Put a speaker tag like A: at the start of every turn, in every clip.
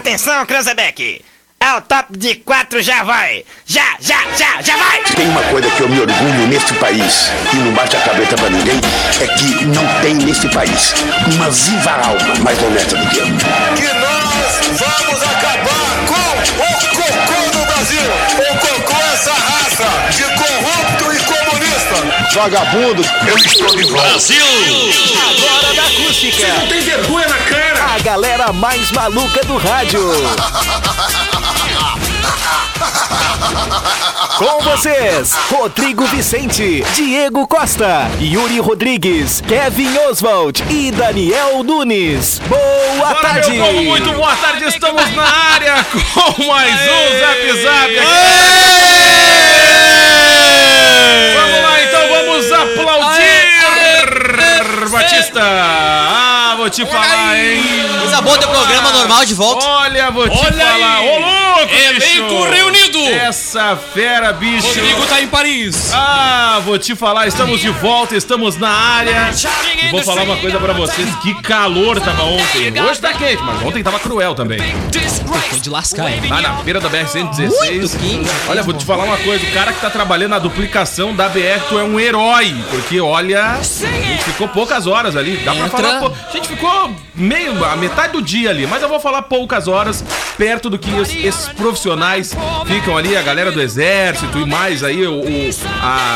A: Atenção, Cranzebeck! Ao top de quatro já vai! Já, já, já, já vai!
B: Tem uma coisa que eu me orgulho neste país e não bate a cabeça pra ninguém, é que não tem neste país uma viva alma mais honesta do que eu.
C: que nós vamos acabar com o cocô do Brasil. O cocô é essa raça de corrupto e comunista.
B: Vagabundo, eu estou de volta.
C: Não tem vergonha na cara.
D: A galera mais maluca do rádio. Com vocês, Rodrigo Vicente, Diego Costa, Yuri Rodrigues, Kevin Oswald e Daniel Nunes. Boa
E: Bora,
D: tarde!
E: meu povo, muito boa tarde. Estamos na área com mais um Zap Zap. aqui. Vamos lá, então, vamos aplaudir. Batista, ah, vou te falar, hein?
F: Coisa boa, teu programa normal de volta.
E: Olha, vou te
G: Olha
E: falar.
G: aí.
E: Ô, louco,
G: Elenco
E: bicho.
G: reunido.
E: Essa fera, bicho.
G: Rodrigo tá em Paris.
E: Ah, vou te falar, estamos de volta, estamos na área. E vou falar uma coisa pra vocês, que calor tava ontem. Hoje tá quente, mas ontem tava cruel também.
F: Foi de lascar, hein?
E: Lá na feira da
F: Muito
E: BR-116.
F: quente.
E: Olha, vou te falar uma coisa, o cara que tá trabalhando na duplicação da BR, tu é um herói. Porque, olha, a gente ficou poucas horas ali. Dá pra
F: Entra.
E: falar... pou- A gente ficou meio... a metade do dia ali. Mas eu vou falar poucas horas perto do que os- esses profissionais ficam ali. A galera do exército e mais aí, o, o-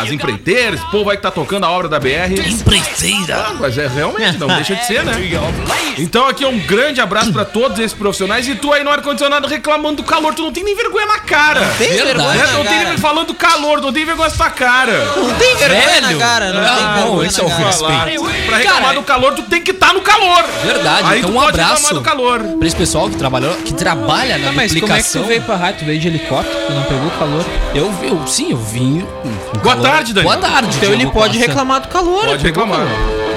E: as empreiteiras. O povo aí que tá tocando a obra da BR.
F: Empreiteira.
E: Ah, mas é realmente, não deixa de ser, né? Então aqui é um grande abraço pra todos esses profissionais e tu aí no ar-condicionado reclamando do calor, tu não tem nem vergonha na cara. Não
F: Tem
E: né?
F: vergonha
E: Não
F: na
E: tem vergonha
F: cara.
E: falando do calor, não tem vergonha na sua cara.
F: Não tem vergonha na cara, não tem
G: Ah,
F: vergonha
G: esse
F: na
G: é o
F: cara.
E: Falar. Pra reclamar
F: Cara,
E: do calor, tu tem que estar no calor.
F: Verdade,
E: aí
F: então
E: tu
F: um
E: pode reclamar
F: abraço
E: do calor.
F: pra esse pessoal que trabalhou, que trabalha na
H: Ah, mas como é que tu
F: duplicação.
H: veio pra rádio? Tu veio de helicóptero? Tu não pegou calor?
F: Eu, vi- eu sim, eu vim. com
E: Boa
F: calor.
E: tarde, Daniel.
F: Boa tarde,
H: Então ele
F: Diogo
H: pode
F: Costa.
H: reclamar do calor.
E: Pode reclamar.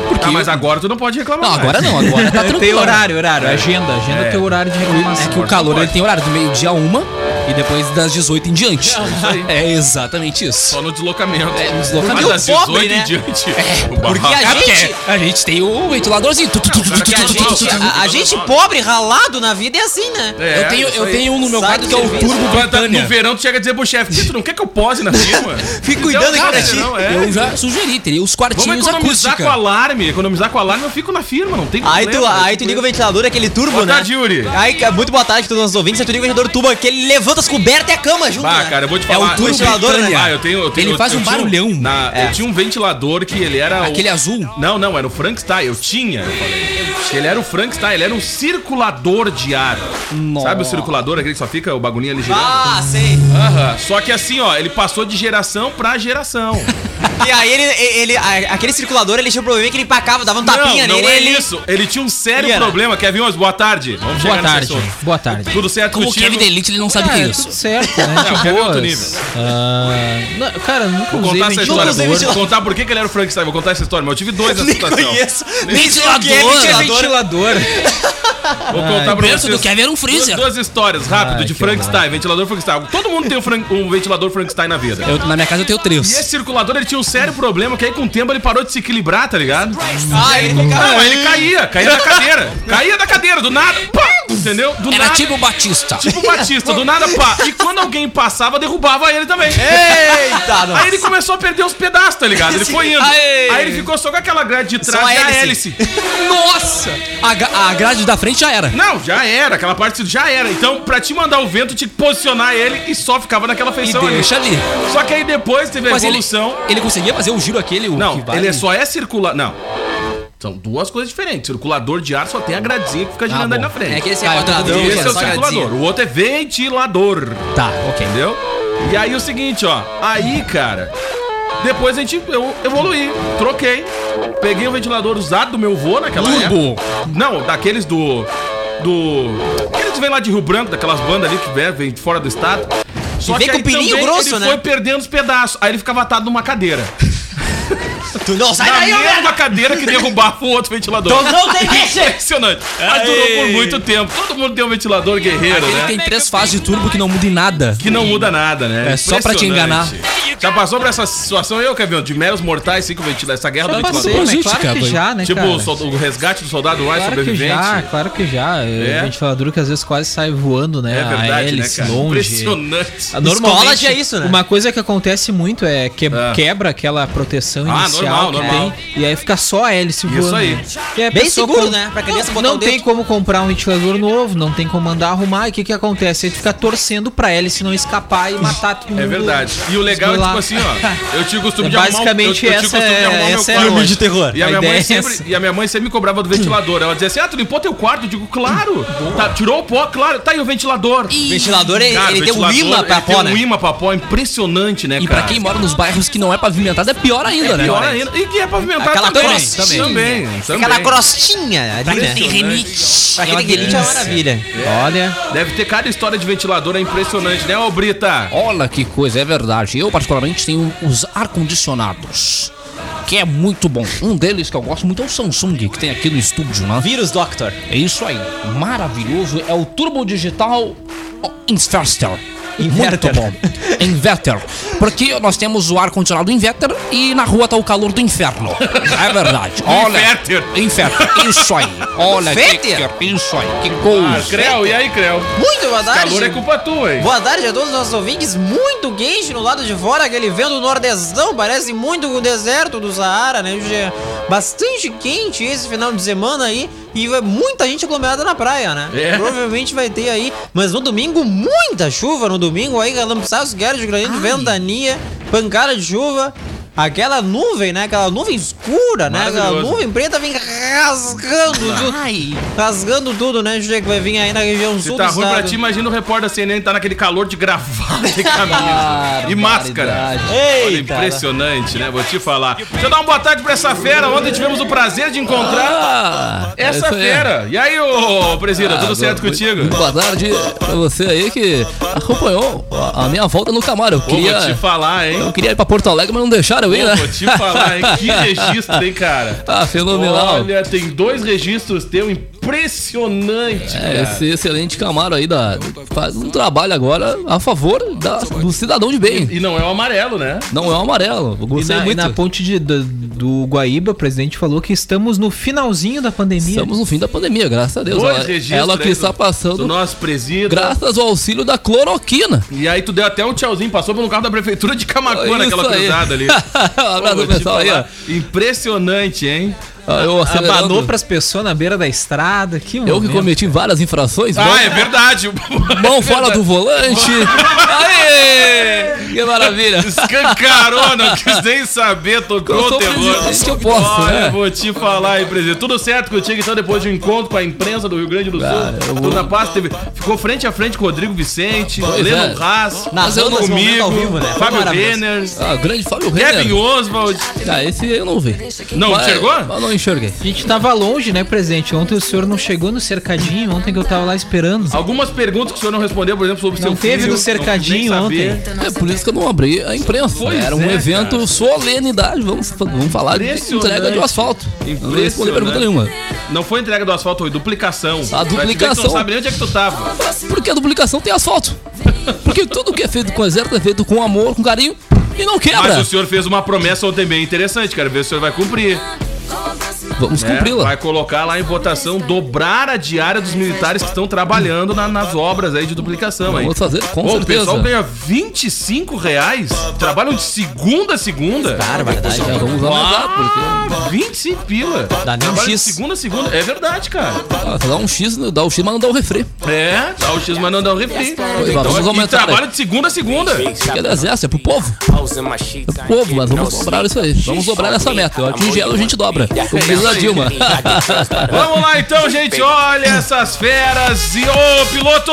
E: Porque... Ah, mas agora tu não pode reclamar.
F: Não,
E: mais.
F: agora não, agora tá tranquilo.
H: Tem horário, horário. Agenda, agenda
E: É.
H: tem horário de reclamação.
F: É que o
E: Agora
F: calor
E: pode.
F: ele tem horário do meio-dia a uma e depois das 18 em diante.
E: aí.
F: É exatamente isso.
E: Só no deslocamento.
F: É, no deslocamento.
E: Mas das
F: E o pobre,
E: 18 em
F: né?
E: diante. É,
F: Porque a gente, a gente tem o ventiladorzinho. Tu, tu, tu, tu, tu,
E: cara,
F: tu, tu,
E: que
F: tu, tu,
E: a gente-
F: tu.
E: a-
F: Eu
E: a gente pobre,
F: ralado na vida é assim, né?
E: É,
F: eu tenho,
E: isso
F: eu
E: aí.
F: tenho um no meu
H: Sai
F: quarto
H: do
F: que é o
H: serviço.
F: Turbo
E: Tu tá- No
F: Britânia.
E: verão tu chega a dizer pro chefe, "Tio, tu não quer que eu pose na firma?
F: Fica cuidando
E: Então,
F: aqui
E: cara,
F: da ti.
E: não, é.
F: Eu já sugeri, teria os
E: Vamos
F: quartinhos
E: economizar
F: acústica.
E: com alarme. Economizar com alarme, eu fico na firma, não tem
F: Aí tu,
E: problema.
F: aí tu liga o ventilador, aquele turbo,
E: Boa
F: né?
E: tarde, Yuri.
F: Aí, ca- muito boa tarde a todos os nossos ouvintes. Aí tu liga o ventilador turbo, que ele levanta as cobertas e a cama junto.
E: Bah,
F: né?
E: cara, eu vou te
F: É
E: falar.
F: o turbo ventilador, né?
E: Ah, eu tenho, eu tenho-
F: Ele
E: eu-
F: faz
E: eu
F: um
E: tinha
F: barulhão.
E: na-
F: É.
E: Eu tinha um ventilador que ele era. o-
F: Aquele é azul.
E: Não, não, era o Frankenstein. Eu tinha, eu falei. Que Ele era o Frankenstein, ele era um circulador de ar. Sabe o circulador, aquele que só fica o bagulhinho ali girando?
F: Ah, sei.
E: Aham. Só que assim, ó, ele passou de geração pra geração.
F: E aí ele, ele a- aquele circulador, ele tinha um problema que ele empacava, dava um tapinha
E: não, não
F: nele.
E: é
F: ele...
E: isso. Ele tinha um sério
F: Iana.
E: problema. Kevin Osborne, boa tarde. Vamos
H: Boa
E: chegar nesse
H: tarde,
E: assunto.
H: boa tarde.
E: Tudo certo
I: Como o
E: contigo?
I: Kevin Delite, ele não sabe o que
H: Ah,
I: é
H: é
I: isso.
H: tudo certo, né?
E: Não,
H: De
E: quer ver outro
H: boas.
E: nível.
H: Ah, não, cara, eu nunca
E: Vou
H: usei
E: contar essa história.
F: usei
E: Vou
F: ventilador.
E: contar por que que ele era o Frankenstein. Vou contar essa história, mas eu tive dois nessa situação.
F: Nem sei o que é
H: Ventilador. né?
F: ventilador.
H: ventilador.
E: Vou contar pra
I: berço do
E: vocês.
I: Kevin era um
E: Duas,
I: freezer.
E: duas histórias, rápido,
H: Ai,
E: de
H: que
E: Frankenstein, ventilador Frankenstein. Todo mundo tem um, Frank- um ventilador Frankenstein na vida.
I: Eu- na minha casa eu tenho
E: E
I: três.
E: esse circulador, ele tinha um sério problema, que aí com o tempo ele parou de se equilibrar, tá ligado?
F: Ah, ele fica...
E: Não, ele caía, caía da cadeira. Caía da cadeira, do nada, pá, entendeu? Do
I: Era
E: nada,
I: tipo o Batista.
E: tipo o Batista, do nada, pá. E quando alguém passava, derrubava ele também.
H: É.
F: Eita, não.
E: Aí ele começou a perder os pedaços, tá ligado? Ele foi indo.
F: Aê.
E: Aí ele ficou só com aquela grade de trás
F: a
E: e a
F: hélice.
E: hélice.
I: Nossa!
F: A, ga- a grade da frente já era.
E: Não, já era, aquela parte já era. Então, pra te mandar o vento, tinha que posicionar ele e só ficava naquela feição ali.
I: Deixa ali.
E: Só que aí depois teve a
I: Mas ele,
E: evolução.
I: ele conseguia fazer o giro aquele, o
E: Não,
I: que vai.
E: ele só é circular. Não. São duas coisas diferentes. Circulador de ar só tem a gradinha que
I: Ah,
E: fica girando ali na frente.
F: É que esse é
I: Tá, eu tô
F: quadradão.
I: com
E: Esse
I: Esse
E: é o
F: só
E: circulador.
F: gradinha.
E: O outro é ventilador.
I: Tá, ok.
E: Entendeu? E aí o seguinte, ó. Aí, cara. Depois a gente eu evoluí, troquei. Peguei o ventilador usado do meu vô naquela
I: Turbo.
E: época. Não, daqueles do. Do. Aqueles que vêm lá de Rio Branco, daquelas bandas ali que vem, vem de fora do estado. Só
F: vem com
E: aí
F: pininho
E: também
F: grosso,
E: ele
F: né?
E: foi perdendo os pedaços. Aí ele ficava atado numa cadeira.
F: Tu não sai
E: Na
F: daí, ô
E: mesma
F: merda.
E: cadeira que derrubava o outro ventilador.
F: Tu não tem mexe.
E: Impressionante. Mas durou por muito tempo. Todo mundo tem um ventilador guerreiro,
I: Ele
E: né?
I: tem três fases de turbo que não muda em nada.
E: Que não muda nada, né?
I: É só pra te
E: Impressionante. Já passou por essa situação eu, Kevin? De meros mortais, cinco ventiladores. Essa guerra do
H: Já
E: ventilador.
H: passei, né?
I: política,
H: Claro que
I: boy.
H: já, né,
E: tipo
H: cara?
E: o, sol- o resgate do soldado mais
H: Claro que
E: sobrevivente.
H: já, claro que já.
E: É.
H: O ventilador que às vezes quase sai voando, né?
E: É
H: a
E: verdade, né,
H: hélice
E: cara?
H: longe.
E: Impressionante.
H: Ah, Normalmente,
F: Escola já é isso, né?
H: Uma coisa que acontece muito é que
E: Ah.
H: quebra aquela proteção
E: Ah,
H: inicial
E: normal,
H: que
E: normal.
H: tem e aí fica só a hélice voando.
E: aí.
H: né? E a
F: Bem
H: pessoa
F: seguro, né? Pra criança
H: não,
F: botar
H: Não
F: o
H: tem
F: dedo.
H: como comprar um ventilador novo, não tem como mandar arrumar. E o que que acontece? Aí tu fica torcendo pra hélice não escapar e matar todo mundo.
E: É verdade. E o legal é
H: Esgolar.
E: tipo assim, ó. Eu tinha o costume
H: É
E: de arrumar um- eu,
H: basicamente
E: eu tinha o
H: essa
E: costume de
H: é-
E: arrumar o meu
H: essa é a
E: quarto.
H: Filme de
F: terror.
E: E a,
H: A
E: minha
H: ideia
E: mãe
H: é
E: sempre,
H: essa.
E: e a minha mãe sempre me cobrava do ventilador. Ela dizia assim: Ah, tu limpou teu quarto? Eu digo, claro. Tá, tirou o pó, claro. Tá aí o ventilador.
F: O ventilador, ele,
E: Cara,
F: ele tem um
E: ventilador,
F: imã pra
E: ele tem
F: pó, né?
E: um imã pra pó, impressionante, né,
I: E
E: cara?
I: pra quem mora nos bairros que não é pavimentado, é pior ainda, né?
E: Pior ainda. E que é pavimentado
F: Aquela
E: também.
F: crostinha.
E: Também, também.
F: Aquela crostinha ali, né? Pra quem tem rinite é uma
E: né?
F: maravilha.
H: Olha,
E: Deve ter cada história de ventilador, é impressionante, né, ô Brita?
I: Olha que coisa, é verdade. Eu, particularmente, tenho os ar-condicionados, que é muito bom. Um deles que eu gosto muito é o Samsung, que tem aqui no estúdio, né?
F: Vírus Doctor.
I: É isso aí, maravilhoso. É o Turbo Digital Inverter. Muito
F: Inverter.
I: bom. Inverter. Porque nós temos o ar-condicionado inverter e na rua tá o calor do inferno. É verdade. Olha.
E: Inverter.
I: Inverter. Isso aí. Olha que,
F: Inverter.
I: que isso aí. Que coisa.
E: Ah, Creu, e aí, Creu?
F: Muito boa tarde.
E: Calor é culpa tua, hein?
F: Boa tarde a todos os nossos ouvintes. Muito quente no lado de fora, aquele vento nordestão. Parece muito o deserto do Saara, né? Hoje é bastante quente esse final de semana aí. E vai muita gente aglomerada na praia, né?
E: É.
F: Provavelmente vai ter aí. Mas no domingo, muita chuva. No domingo aí, galampiçados, guerra de granizo, ventania, pancada de chuva. Aquela nuvem, né? Aquela nuvem escura, né? Aquela
E: Maravilhoso.
F: nuvem preta vem rasgando tudo. Rasgando tudo, né, Júlio? Que vai vir aí na região
E: Se
F: sul
E: tá
F: do
E: ruim pra
F: estado.
E: ti, imagina o repórter da CNN tá naquele calor de gravata e camisa. Ah, e máscara. Olha,
F: Eita!
E: impressionante, né? Vou te falar. Deixa eu dar uma boa tarde pra essa fera. Ontem tivemos o prazer de encontrar
I: Ah,
E: essa
I: isso aí.
E: fera. E aí, ô Presida, Tá tudo
I: Ah,
E: certo
I: boa-
E: contigo?
I: muito Boa tarde pra você aí que acompanhou a a minha volta no Camaro. Eu
E: Pô, vou te
I: queria,
E: falar,
I: eu
E: hein?
I: queria ir pra Porto Alegre, mas não deixaram eu ir,
E: Pô,
I: né?
E: vou te falar, hein? Que registro, hein, cara?
I: Ah, fenomenal.
E: Olha, tem dois registros teu impressionante,
I: É,
E: cara.
I: esse excelente Camaro aí da, faz um trabalho agora a favor da- do cidadão de bem.
E: E não é o amarelo, né?
I: Não é o amarelo. Eu
H: e
I: gostei
H: na, e
I: muito.
H: na ponte de- do, do Guaíba, o presidente falou que estamos no finalzinho da pandemia.
I: Estamos no fim da pandemia, graças a Deus.
E: Dois
I: Ela,
E: registros.
I: ela que
E: hein,
I: está
E: né, do- Do
I: passando
E: nosso presídio.
I: graças ao auxílio da cloroquina.
E: E aí tu deu até um tchauzinho, passou pelo carro da prefeitura de Camacuã naquela
I: Isso aí.
E: cruzada ali.
I: um abraço
E: Pô,
I: pro
E: vou te
I: pessoal aí, ó.
E: falar, Impressionante, hein?
I: Ah, Eu,
H: Abanou
I: acelerando.
H: pras pessoas na beira da estrada. Que
I: eu que
H: momento.
I: cometi várias infrações. mão-
E: Ah, é verdade. é
I: Mão fora do volante. Aê! Que maravilha.
E: Escancarou, não quis nem saber, tocou
I: Eu
E: o
I: sou
E: terror.
I: presidente é que eu posso,
E: Olha,
I: né?
E: vou te falar aí, presidente. Tudo certo contigo, então, depois de um encontro com a imprensa do Rio Grande do Sul.
I: Cara, eu vou-
E: Tu na paz teve... Ficou frente a frente com o Rodrigo Vicente,
I: Pois
E: Leno
I: é.
E: Haas,
I: Mas eu não-
E: comigo,
F: ao vivo, né?
E: Fábio
F: Maravilhoso.
E: Renner,
I: Ah, grande Fábio
E: Kevin
I: Renner.
E: Oswald.
I: Ah, esse eu não vi.
E: Não
I: Mas-
E: enxergou?
I: mas Não enxerguei.
H: A gente tava longe, né, presidente? Ontem o senhor não chegou no cercadinho, ontem que eu tava lá esperando.
E: Algumas perguntas que o senhor não respondeu, por exemplo, sobre
H: Não
E: Ah, seu
H: teve
E: filho. não
H: no
E: quis nem
H: cercadinho
E: saber.
H: ontem.
I: É por isso que eu não abri a imprensa.
E: Pois
I: Era um
E: é,
I: evento
E: cara.
I: solenidade. Vamos, vamos falar de
E: Impressionante.
I: entrega de asfalto. Eu Não respondi
E: Impressionante.
I: pergunta nenhuma.
E: Não foi entrega do asfalto, foi duplicação. Pra te ver que Tu
I: duplicação.
E: não sabe nem onde é que tu tava.
I: Porque a duplicação tem asfalto. Porque tudo que é feito com exército é feito com amor, com carinho e não
E: Mas
I: quebra.
E: o senhor fez uma promessa ontem bem interessante, quero ver se o senhor vai cumprir.
I: Vamos
E: né?
I: cumpri-la.
E: Vai colocar lá em votação, dobrar a diária dos militares que estão trabalhando na- nas obras aí de duplicação. aí.
I: Vamos fazer, com
E: Pô, o
I: certeza.
E: pessoal ganha 25 reais, trabalham de segunda a segunda.
F: Barbaridade.
I: É, vamos aumentar, porque.
E: Ah, 25 pila.
F: Dá nem um
E: Trabalham de
F: X.
E: segunda a segunda. É verdade, cara.
I: Ah, dá um X, né? dá o X, mas não dá o refri.
E: É, dá o X, mas não dá o refri.
I: vamos
E: Então, e
I: aumentar,
E: trabalha de segunda a segunda.
I: Porque é do exército, é pro povo. É pro povo, mas vamos dobrar isso aí. Vamos dobrar essa meta. Eu atingir ela, a gente dobra. Como diz a Dilma.
E: Vamos lá então, gente. Olha essas feras. E ô, piloto!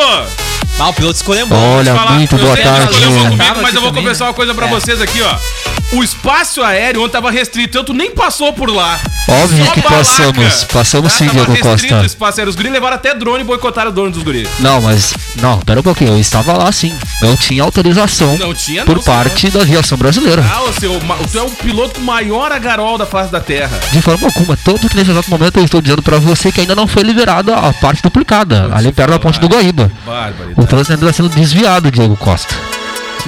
F: Ah, o piloto escolheu bom.
E: Olha, muito boa tarde.
H: Tava
E: mas
H: aqui
E: eu vou
H: também,
E: conversar uma coisa pra vocês aqui, ó. O espaço aéreo ontem tava restrito, tanto nem passou por lá.
G: Óbvio
E: Só
G: que
E: balaca.
G: passamos, passamos
E: Tá?
G: sim,
E: Tava
G: Diego
E: restrito
G: Costa.
E: o espaço aéreo. Os guris levaram até drone e boicotaram o dono dos guris.
G: Não, mas. Não, pera um pouquinho, eu estava lá sim. Não tinha autorização
E: Não tinha, não, né?
G: por
E: senhor.
G: parte da aviação brasileira.
E: Ah, o seu, ma- tu é o piloto com maior agarol da face da Terra.
G: De forma alguma, tanto que nesse exato momento eu estou dizendo para você que ainda não foi liberada a parte duplicada, ali perto da ponte do Guaíba.
E: Bárbaro. tá
G: O trânsito ainda está sendo desviado, Diego Costa.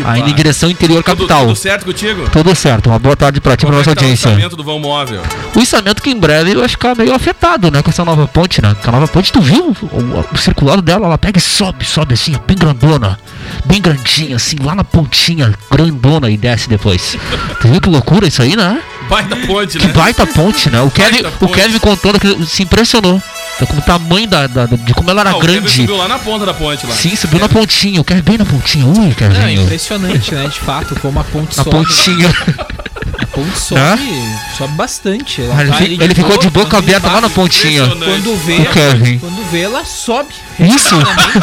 G: Ainda em direção interior
E: Tudo,
G: capital.
E: tudo certo contigo?
G: Tudo certo, uma boa tarde pra ti e tá
E: Como é
G: pra nossa
E: que tá o
G: audiência.
E: orçamento do vão móvel?
G: O içamento que em breve vai ficar meio afetado, né? Com essa nova ponte, né? Porque a nova ponte, tu viu? O, o circulado dela, ela pega e sobe, sobe assim, ó, bem grandona. Bem grandinha, assim, lá na pontinha, grandona e desce depois. tu viu que loucura isso aí, né?
E: Baita ponte,
G: Que
E: né?
G: baita ponte, né? O Kevin, o
E: ponte.
G: Kevin contou que se impressionou. tá, Com o tamanho da, da- de como ela era
E: Ah, o Kevin
G: grande.
E: subiu lá na ponta da ponte lá.
G: Sim, subiu na pontinha. O Kevin bem na pontinha. Ui,
H: Não, é
G: Kevin.
H: impressionante, né? De fato, como a ponte
G: Na
H: sobe.
G: pontinha.
H: A ponte sobe, sobe bastante. Ela
G: Ele,
H: tá
G: fi-
H: ali
G: ele ficou de boca
H: quando ele
G: aberta lá na
H: bate,
G: pontinha.
E: Impressionante.
H: Quando vê,
G: O Kevin.
H: quando vê, ela sobe.
G: Isso?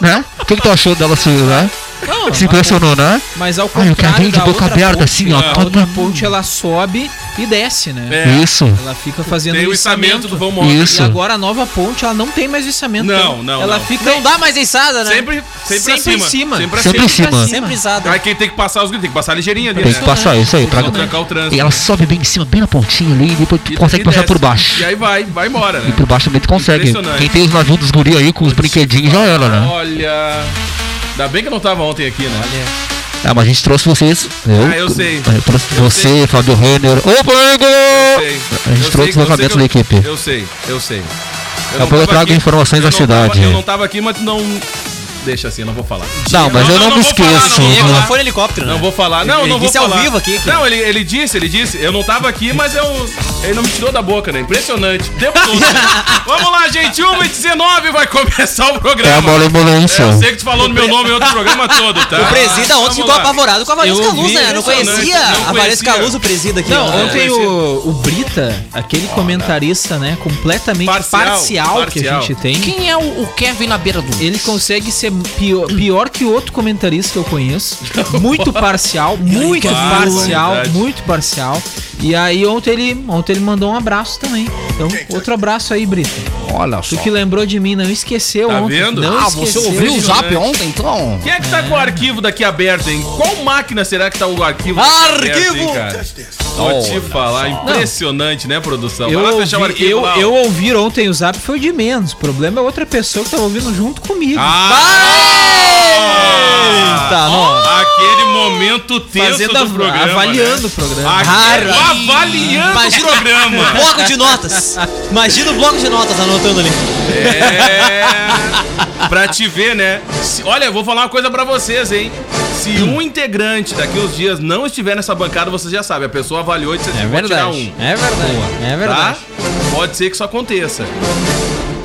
G: né? O que, que tu achou dela se, né?
H: Não,
G: se impressionou, né?
H: Mas ao
G: Ai, o
H: contrário
G: Kevin de
H: da
G: boca
H: outra
G: aberta,
H: ponte,
G: assim, ó.
H: A
G: Todo...
H: outra ponte ela sobe e desce, né?
E: É,
G: Isso,
H: Ela fica fazendo
E: tem o içamento do vão móvel.
G: Isso.
H: E agora a nova ponte, ela não tem mais içamento.
E: Não, não,
H: Ela
E: não.
H: fica
F: Não dá mais içada, né?
E: Sempre, sempre,
H: Sempre
E: acima.
H: em cima.
E: Sempre
G: sempre em
E: acima.
G: cima.
F: Sempre içada.
E: Aí quem tem que passar os gritos, tem que passar ligeirinho ali,
G: Tem
E: né?
G: que passar isso aí. Pra...
E: Pra trancar o trânsito.
G: E ela sobe bem em cima, bem na pontinha ali, e depois tu
E: E-
G: consegue
E: e
G: passar por
E: desce.
G: baixo.
E: E aí vai, vai embora, né?
G: E por baixo também tu consegue.
E: Impressionante.
G: Quem tem os navios dos guri aí com os brinquedinhos já era, né?
E: Olha. Ainda bem que eu não tava ontem aqui, né?
G: Ah, mas a gente trouxe vocês. Eu,
E: Ah, eu sei.
G: Eu trouxe você, Fábio Renner. Ô,
E: Eu
G: Flamengo!
E: sei.
G: A gente
E: Eu
G: trouxe
E: sei,
G: o
E: eu sei
G: alfabeto
E: que eu-
G: da equipe.
E: Eu sei, eu sei.
G: Daqui a pouco eu
E: tava
G: trago informações
E: eu
G: da
E: não tava-
G: cidade.
E: eu não tava aqui, mas não. Deixa assim, eu não vou falar.
G: Não, mas
E: Não, não,
G: eu não,
E: não
G: me
E: vou falar, não
G: esqueço.
E: vou
F: Diego
E: falar.
F: não foi no helicóptero, né?
E: Não vou falar, não,
F: Ele
E: não vou
F: disse ao
E: falar.
F: vivo aqui, cara.
E: Não, ele, ele disse, ele disse, eu não tava aqui, mas eu. Ele não me tirou da boca, né? Impressionante. Tempo todo. Vamos lá, gente. 1 e 19 vai começar o
G: É a
E: programa.
G: bola ambulância.
E: É, eu sei que tu falou no meu nome em outro programa todo, tá?
F: O presida
E: Vamos
F: ontem ficou
E: lá.
F: apavorado com a Valência
H: Eu
F: Caluz,
H: vi,
F: né? Não
E: impressionante,
F: conhecia
E: não
F: a Valência
E: conhecia.
F: Caluz, o presida aqui.
H: Não,
F: né?
H: ontem o, o Brita, aquele comentarista, né, completamente
E: Ah, Parcial,
H: parcial, que a
E: parcial.
H: gente tem,
I: Quem é o, o Kevin na beira do...
H: ele consegue ser pior, pior que outro comentarista que eu conheço. Muito parcial, muito
E: fala,
H: parcial,
E: verdade.
H: muito parcial. E aí ontem ele, ontem ele mandou um abraço também. Então, outro abraço aí, Brita.
I: Olha só.
H: Tu que lembrou de mim, não esqueceu
E: Tá
H: ontem.
E: vendo?
H: Não
I: Ah, você
H: esqueceu.
I: ouviu o zap
E: Impressionante.
I: ontem, então?
E: Quem é que tá com o arquivo daqui aberto, hein? Qual máquina será que tá o arquivo?
F: Arquivo!
E: daqui aberto, hein, cara? Vou te falar, impressionante, né, produção?
H: Eu
E: Vai lá
H: ouvi,
E: fechar o arquivo
H: eu,
E: lá, ó.
H: eu ouvir ontem o zap foi de menos. O problema é outra pessoa que tava ouvindo junto comigo.
E: Ah!
H: Eita, não.
E: Aquele momento tenso
H: Fazendo
E: do
H: a-
E: programa. né?
H: avaliando o programa.
E: Aquele-
F: Ah,
E: avaliando
F: Imagina-
E: o programa.
F: Bloco de notas. Imagina o bloco de notas anotando ali.
E: É. Pra te ver, né? Se- olha, eu vou falar uma coisa pra vocês, hein? Se
F: Hum.
E: um integrante daqui uns dias não estiver nessa bancada, vocês já sabem. A pessoa avaliou e disse assim,
H: É
E: vou tirar
H: verdade.
E: um.
H: É verdade. É
E: Tá?
H: verdade.
E: Pode ser que isso aconteça.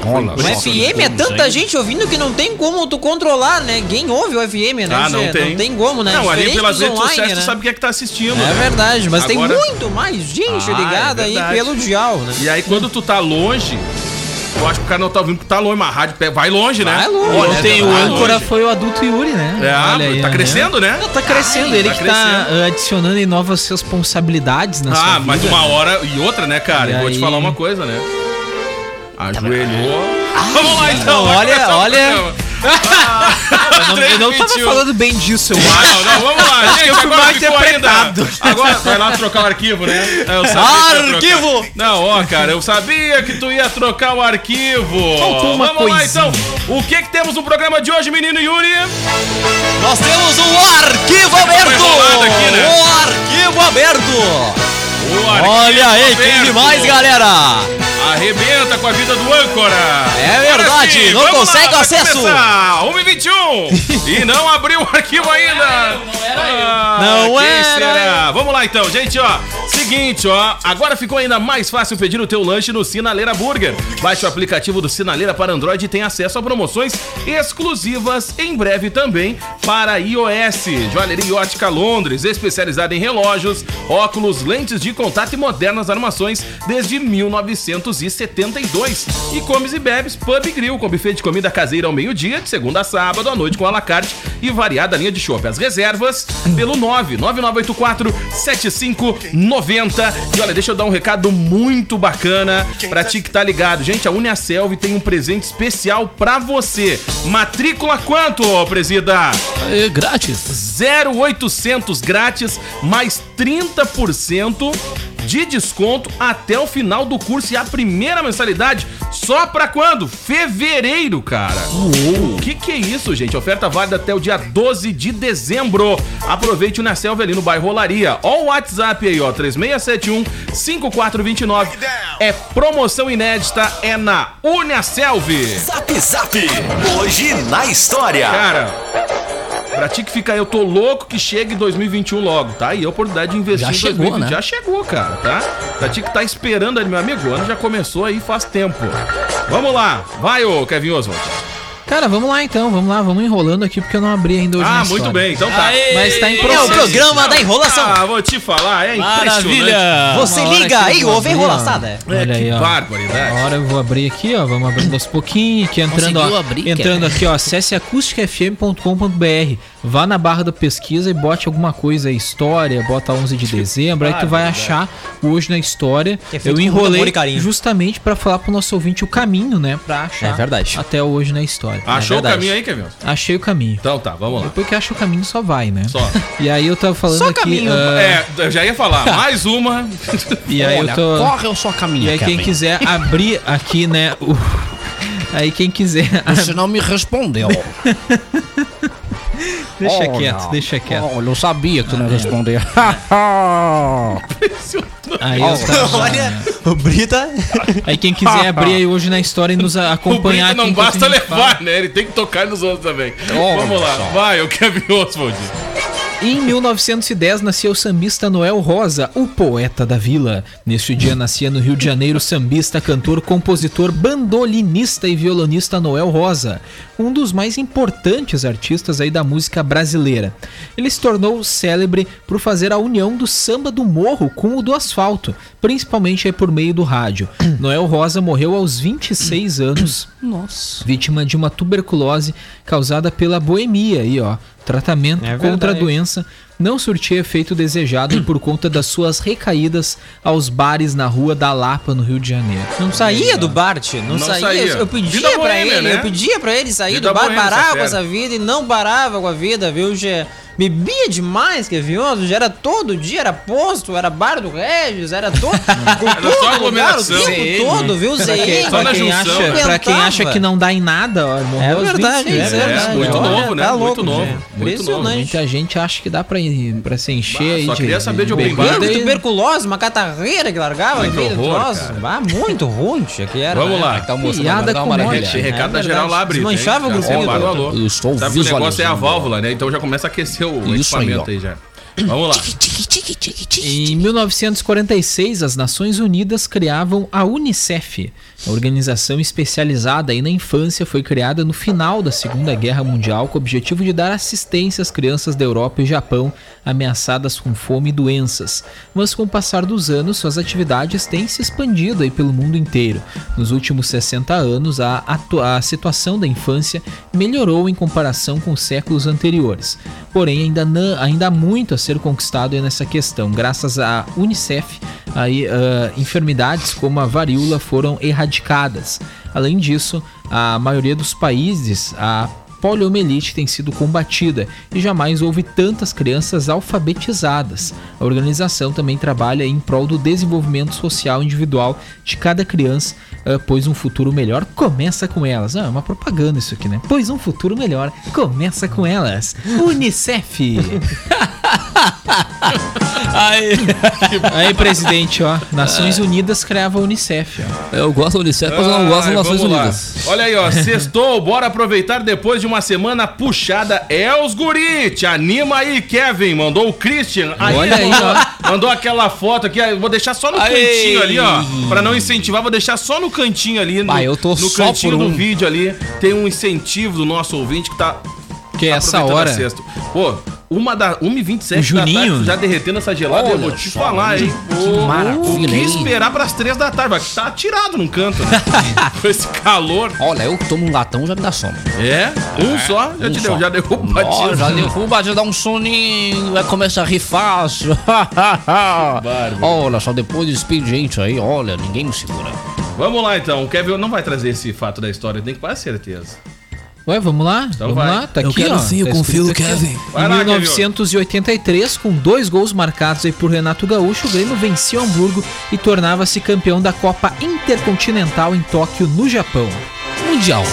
I: Olha
F: O FM é tanta gente ouvindo que não tem como tu controlar, né? Quem ouve o FM, né?
E: Ah, não
F: Gê?
E: tem.
F: Não tem como, né?
E: Não, ali
F: Diferente
E: pelas
F: dos
E: redes
F: online,
E: sociais tu
F: né?
E: sabe quem é que tá assistindo.
F: É
E: né?
F: verdade, mas
E: Agora-
F: tem muito mais gente
E: Ah,
F: ligada
E: é
F: aí
E: verdade.
F: pelo dial, né?
E: E aí quando tu tá longe, eu acho que o cara não tá ouvindo porque tá longe, mas a rádio pe- vai longe, né?
F: Vai longe.
E: Olha,
H: Ontem o
E: vai
H: âncora
E: longe.
H: foi o adulto Yuri, né?
E: É,
H: Olha aí,
E: tá
H: ó.
E: crescendo, né?
H: Tá crescendo, ele
E: tá
H: que tá ah, adicionando aí novas responsabilidades na sua
E: Ah,
H: vida.
E: mas uma hora e outra, né, cara?
H: E
E: Eu vou te
H: aí? Tá
E: falar uma coisa, né? Ajoelhou. Vamos lá então. vai
H: olha,
E: começar o
H: olha. Ah,
E: programa.
H: Eu não, eu não tava
E: 3:21.
H: falando bem disso, eu
E: Ah, não, não, vamos lá, gente.
H: eu fui
E: agora
H: mal
E: ficou
H: interpretado.
E: ainda. Agora vai lá trocar o arquivo, né? É, eu sabia que ia trocar.
F: Arquivo!
E: Não, ó, cara, eu sabia que tu ia trocar o arquivo.
H: Faltou uma
E: vamos lá
H: coisinha.
E: então. O que que temos no programa de hoje, menino Yuri?
F: Nós temos
I: um
F: o arquivo aberto!
E: enrolado aqui, né?
F: O arquivo aberto!
E: O arquivo
F: Olha aí,
E: aberto.
F: quem demais, galera!
E: Arrebenta com a vida do âncora.
F: É verdade,
E: Agora sim,
F: não
E: vamos
F: consegue
E: lá, vai
F: acesso.
E: começar. 1h21. e não abriu o arquivo ainda. Ah,
F: Não
E: quem
F: era
E: será? Vamos lá então, gente, ó. Seguinte, ó. Agora ficou ainda mais fácil pedir o teu lanche no Sinaleira Burger. Baixe o aplicativo do Sinaleira para Android e tem acesso a promoções exclusivas em breve também para iOS. Joalheria Ótica Londres, especializada em relógios, óculos, lentes de contato e modernas armações desde 1972. E comes e bebes Pub Grill, com buffet de comida caseira ao meio-dia, de segunda a sábado à noite com alacarte e variada linha de chopp. As reservas pelo 99984-7590. E olha, deixa eu dar um recado muito bacana pra ti que tá ligado. Gente, a UniaSelv tem um presente especial pra você. Matrícula quanto, ô, presida?
I: É grátis.
E: 0800 grátis, mais 30% de desconto até o final do curso e a primeira mensalidade só pra quando? Fevereiro, cara. O que que é isso, gente? Oferta válida até o dia 12 de dezembro. Aproveite o Nacelv ali no bairro Rolaria. Ó o WhatsApp aí, ó, 3671 5429. É promoção inédita, é na Uniacelv.
J: Zap Zap. Hoje na história.
E: Cara, pra ti que fica aí, eu tô louco que chegue 2021 logo, tá? E a oportunidade de investir
I: Já
E: em
I: chegou,
E: 2020
I: né?
E: um já chegou, cara, tá? Pra ti que tá esperando ali, meu amigo, o ano já começou aí faz tempo. Vamos lá, vai, ô Kevin Oswald.
H: Cara, vamos lá então, vamos lá, vamos enrolando aqui porque eu não abri ainda hoje.
E: Ah,
H: na
E: muito
H: história.
E: bem, então tá.
H: Mas tá em
F: É o
H: processo.
F: programa da enrolação.
E: Ah, vou te falar, é impressionante.
I: Maravilha!
F: Você
H: Uma hora que eu
F: liga e
H: vou
F: ouve a
H: abrir, ó.
F: enrolaçada.
H: Olha aí, ó.
E: Barbaridade.
H: Agora eu vou abrir aqui, ó. Vamos abrindo aos pouquinhos, que entrando, ó.
I: Conseguiu abrir,
F: é.
H: entrando
I: cara?
H: aqui, ó. Acesse acusticafm.com.br. Vá na barra da pesquisa e bote alguma coisa aí, história, bota 11 de dezembro. Aí tu vai achar hoje na história.
F: Que é feito
H: eu
F: com muito amor
H: enrolei
F: e carinho.
H: justamente pra falar pro nosso ouvinte o caminho, né, pra achar.
F: É verdade.
H: Até hoje na história.
E: Achou
H: É
E: o
H: verdade.
E: caminho aí, Kevin Oswald?
H: Achei o caminho.
E: Então tá, vamos lá.
H: Depois que acha o caminho só vai, né?
E: Só.
H: E aí eu tava falando
F: Só
H: aqui,
F: caminho.
H: ah,
E: É, eu já ia falar, mais uma.
H: e aí eu tô
I: corre ou só caminha,
H: E aí quem
I: Kevin?
H: quiser abrir aqui, né, o Aí quem quiser.
I: Você não me respondeu.
H: deixa
E: Oh,
I: Olha.
H: quieto, deixa quieto.
I: Olha, eu sabia que tu não ia responder.
E: Oh,
H: Aí, eu tava-
F: Olha, o Brita.
H: aí quem quiser abrir aí hoje na história e nos a-
E: O
H: acompanhar
E: Brito
H: aqui.
E: não
H: enquanto
E: basta
H: a gente
E: levar,
H: fala.
E: né? Ele tem que tocar nos outros também.
I: Olha
E: Vamos lá,
I: só.
E: vai, o Kevin Oswald.
H: Em 1910 nascia o sambista Noel Rosa, o poeta da vila. Neste dia nascia no Rio de Janeiro o sambista, cantor, compositor, bandolinista e violonista Noel Rosa, um dos mais importantes artistas aí da música brasileira. Ele se tornou célebre por fazer a união do samba do morro com o do asfalto, principalmente aí por meio do rádio. Noel Rosa morreu aos 26 anos
I: Nossa.
H: vítima de uma tuberculose causada pela boemia aí, ó. Tratamento
F: É
H: contra a
F: verdade.
H: doença não surtia efeito desejado por conta das suas recaídas aos bares na rua da Lapa, no Rio de Janeiro.
F: Não saía do Bart, não,
E: Não
F: saía.
E: saía.
F: Eu pedia
E: Vida
F: pra
E: boêmia,
F: ele,
E: né?
F: eu pedia pra ele sair
E: Vida
F: do bar,
E: boêmia,
F: parar
E: essa
F: com essa vida e não parava com a vida, viu, Gê? Bebia demais, que viu? Já era todo dia, era posto, era bar do Regis, era todo.
E: Era só aglomeração.
F: o tempo todo, viu, Zé?
E: Só na
H: Pra quem,
E: junção,
H: acha,
E: né?
H: pra quem acha
F: Aguentava.
H: que não dá em nada, ó, morreu
F: É
H: aos
F: verdade,
H: 26,
F: é
H: né?
F: verdade.
E: muito
H: Olha,
E: novo, né?
F: tá
E: muito
F: louco,
E: novo.
F: gente.
E: Muito novo.
F: Impressionante.
H: Muita gente acha que dá pra, ir- pra se encher
E: Bah,
H: aí
E: só queria saber de alguém
H: bebida
E: bem.
H: e-
F: Banco, tuberculose, uma catarreira que largava,
E: Muito
F: aquele
E: horror,
F: troço.
E: cara.
F: Ah, muito ruim, tia, que era.
E: Vamos
F: né?
E: lá.
I: Tá, moço,
H: Piada
I: dá
H: com
I: uma maravilha.
H: morte.
E: Tinha recado da
F: É
E: geral
F: verdade.
E: lá, Brito. hein?
F: Desmanchava o
E: Já
F: grupinho
E: roubaram o
F: todo.
E: alô.
I: Eu estou
E: Sabe que o negócio é a
I: visualizando.
E: válvula, né? Então já começa a aquecer o
I: Isso aí,
E: equipamento
I: ó.
E: aí, já. Vamos lá.
H: Em 1946, as Nações Unidas criavam a UNICEF. A organização especializada aí na infância foi criada no final da Segunda Guerra Mundial com o objetivo de dar assistência às crianças da Europa e Japão ameaçadas com fome e doenças. Mas com o passar dos anos, suas atividades têm se expandido aí pelo mundo inteiro. Nos últimos 60 anos, a, atu- a situação da infância melhorou em comparação com os séculos anteriores. Porém, ainda, nã- ainda há muito a ser conquistado aí nessa questão. Graças à Unicef, aí, ah, enfermidades como a varíola foram erradicadas. Além disso, a maioria dos países, a poliomielite tem sido combatida e jamais houve tantas crianças alfabetizadas. A organização também trabalha em prol do desenvolvimento social individual de cada criança, eh, pois um futuro melhor começa com elas. Ah, é uma propaganda isso aqui, né? Pois um futuro melhor começa com elas. Unicef.
I: Ai,
H: Aí, presidente, ó, Nações
E: É.
H: Unidas criava a Unicef, ó.
I: eu gosto do Unicef, mas eu não gosto
E: Ai,
I: das Nações
E: vamos lá.
I: Unidas.
E: Olha aí, ó. Sextou, bora aproveitar depois de uma semana puxada. É os guri. Te anima aí, Kevin. Mandou o Christian. Aí,
H: Olha aí,
E: mandou,
H: ó.
E: mandou aquela foto aqui. ó, Vou deixar só no
I: Ai.
E: cantinho ali, ó. Pra não incentivar, vou deixar só no cantinho ali. No,
I: Ah, eu tô
E: no
I: só
E: cantinho do
I: por um.
E: vídeo ali. Tem um incentivo do nosso ouvinte que tá
H: Que é essa
E: Aproveitando a
H: hora.
E: sexta. Pô, uma da, 1h27
H: O Juninho?
E: da tarde, já derretendo essa gelada,
I: Olha
E: eu vou te
I: só,
E: falar, hein? Pô, O
I: maravilha,
E: que
I: hein?
E: esperar pras 3 da tarde, mas tá atirado num canto, né? Com esse calor.
I: Olha, eu tomo um latão já me dá sono.
E: É, um só, já
I: Um
E: te
I: só.
E: deu, já deu o
I: Nossa,
E: batido.
I: já derruba, já dá um soninho, vai começar a rir fácil. olha só, depois do expediente aí, olha, ninguém me segura.
E: Vamos lá então, o Kevin não vai trazer esse fato da história, eu tenho quase certeza.
H: Ué, vamos lá?
E: Então
H: vamos
E: vai.
H: lá, tá
I: Eu
H: aqui,
I: quero
H: ó.
I: sim, eu
H: Tá
I: confio
H: escrito
I: no
H: aqui,
I: Kevin.
H: ó.
E: Vai
H: Em
E: lá, Kevin.
H: 1983, com dois gols marcados aí por Renato Gaúcho, o Grêmio vencia o Hamburgo e tornava-se campeão da Copa Intercontinental em Tóquio, no Japão.
I: Mundial.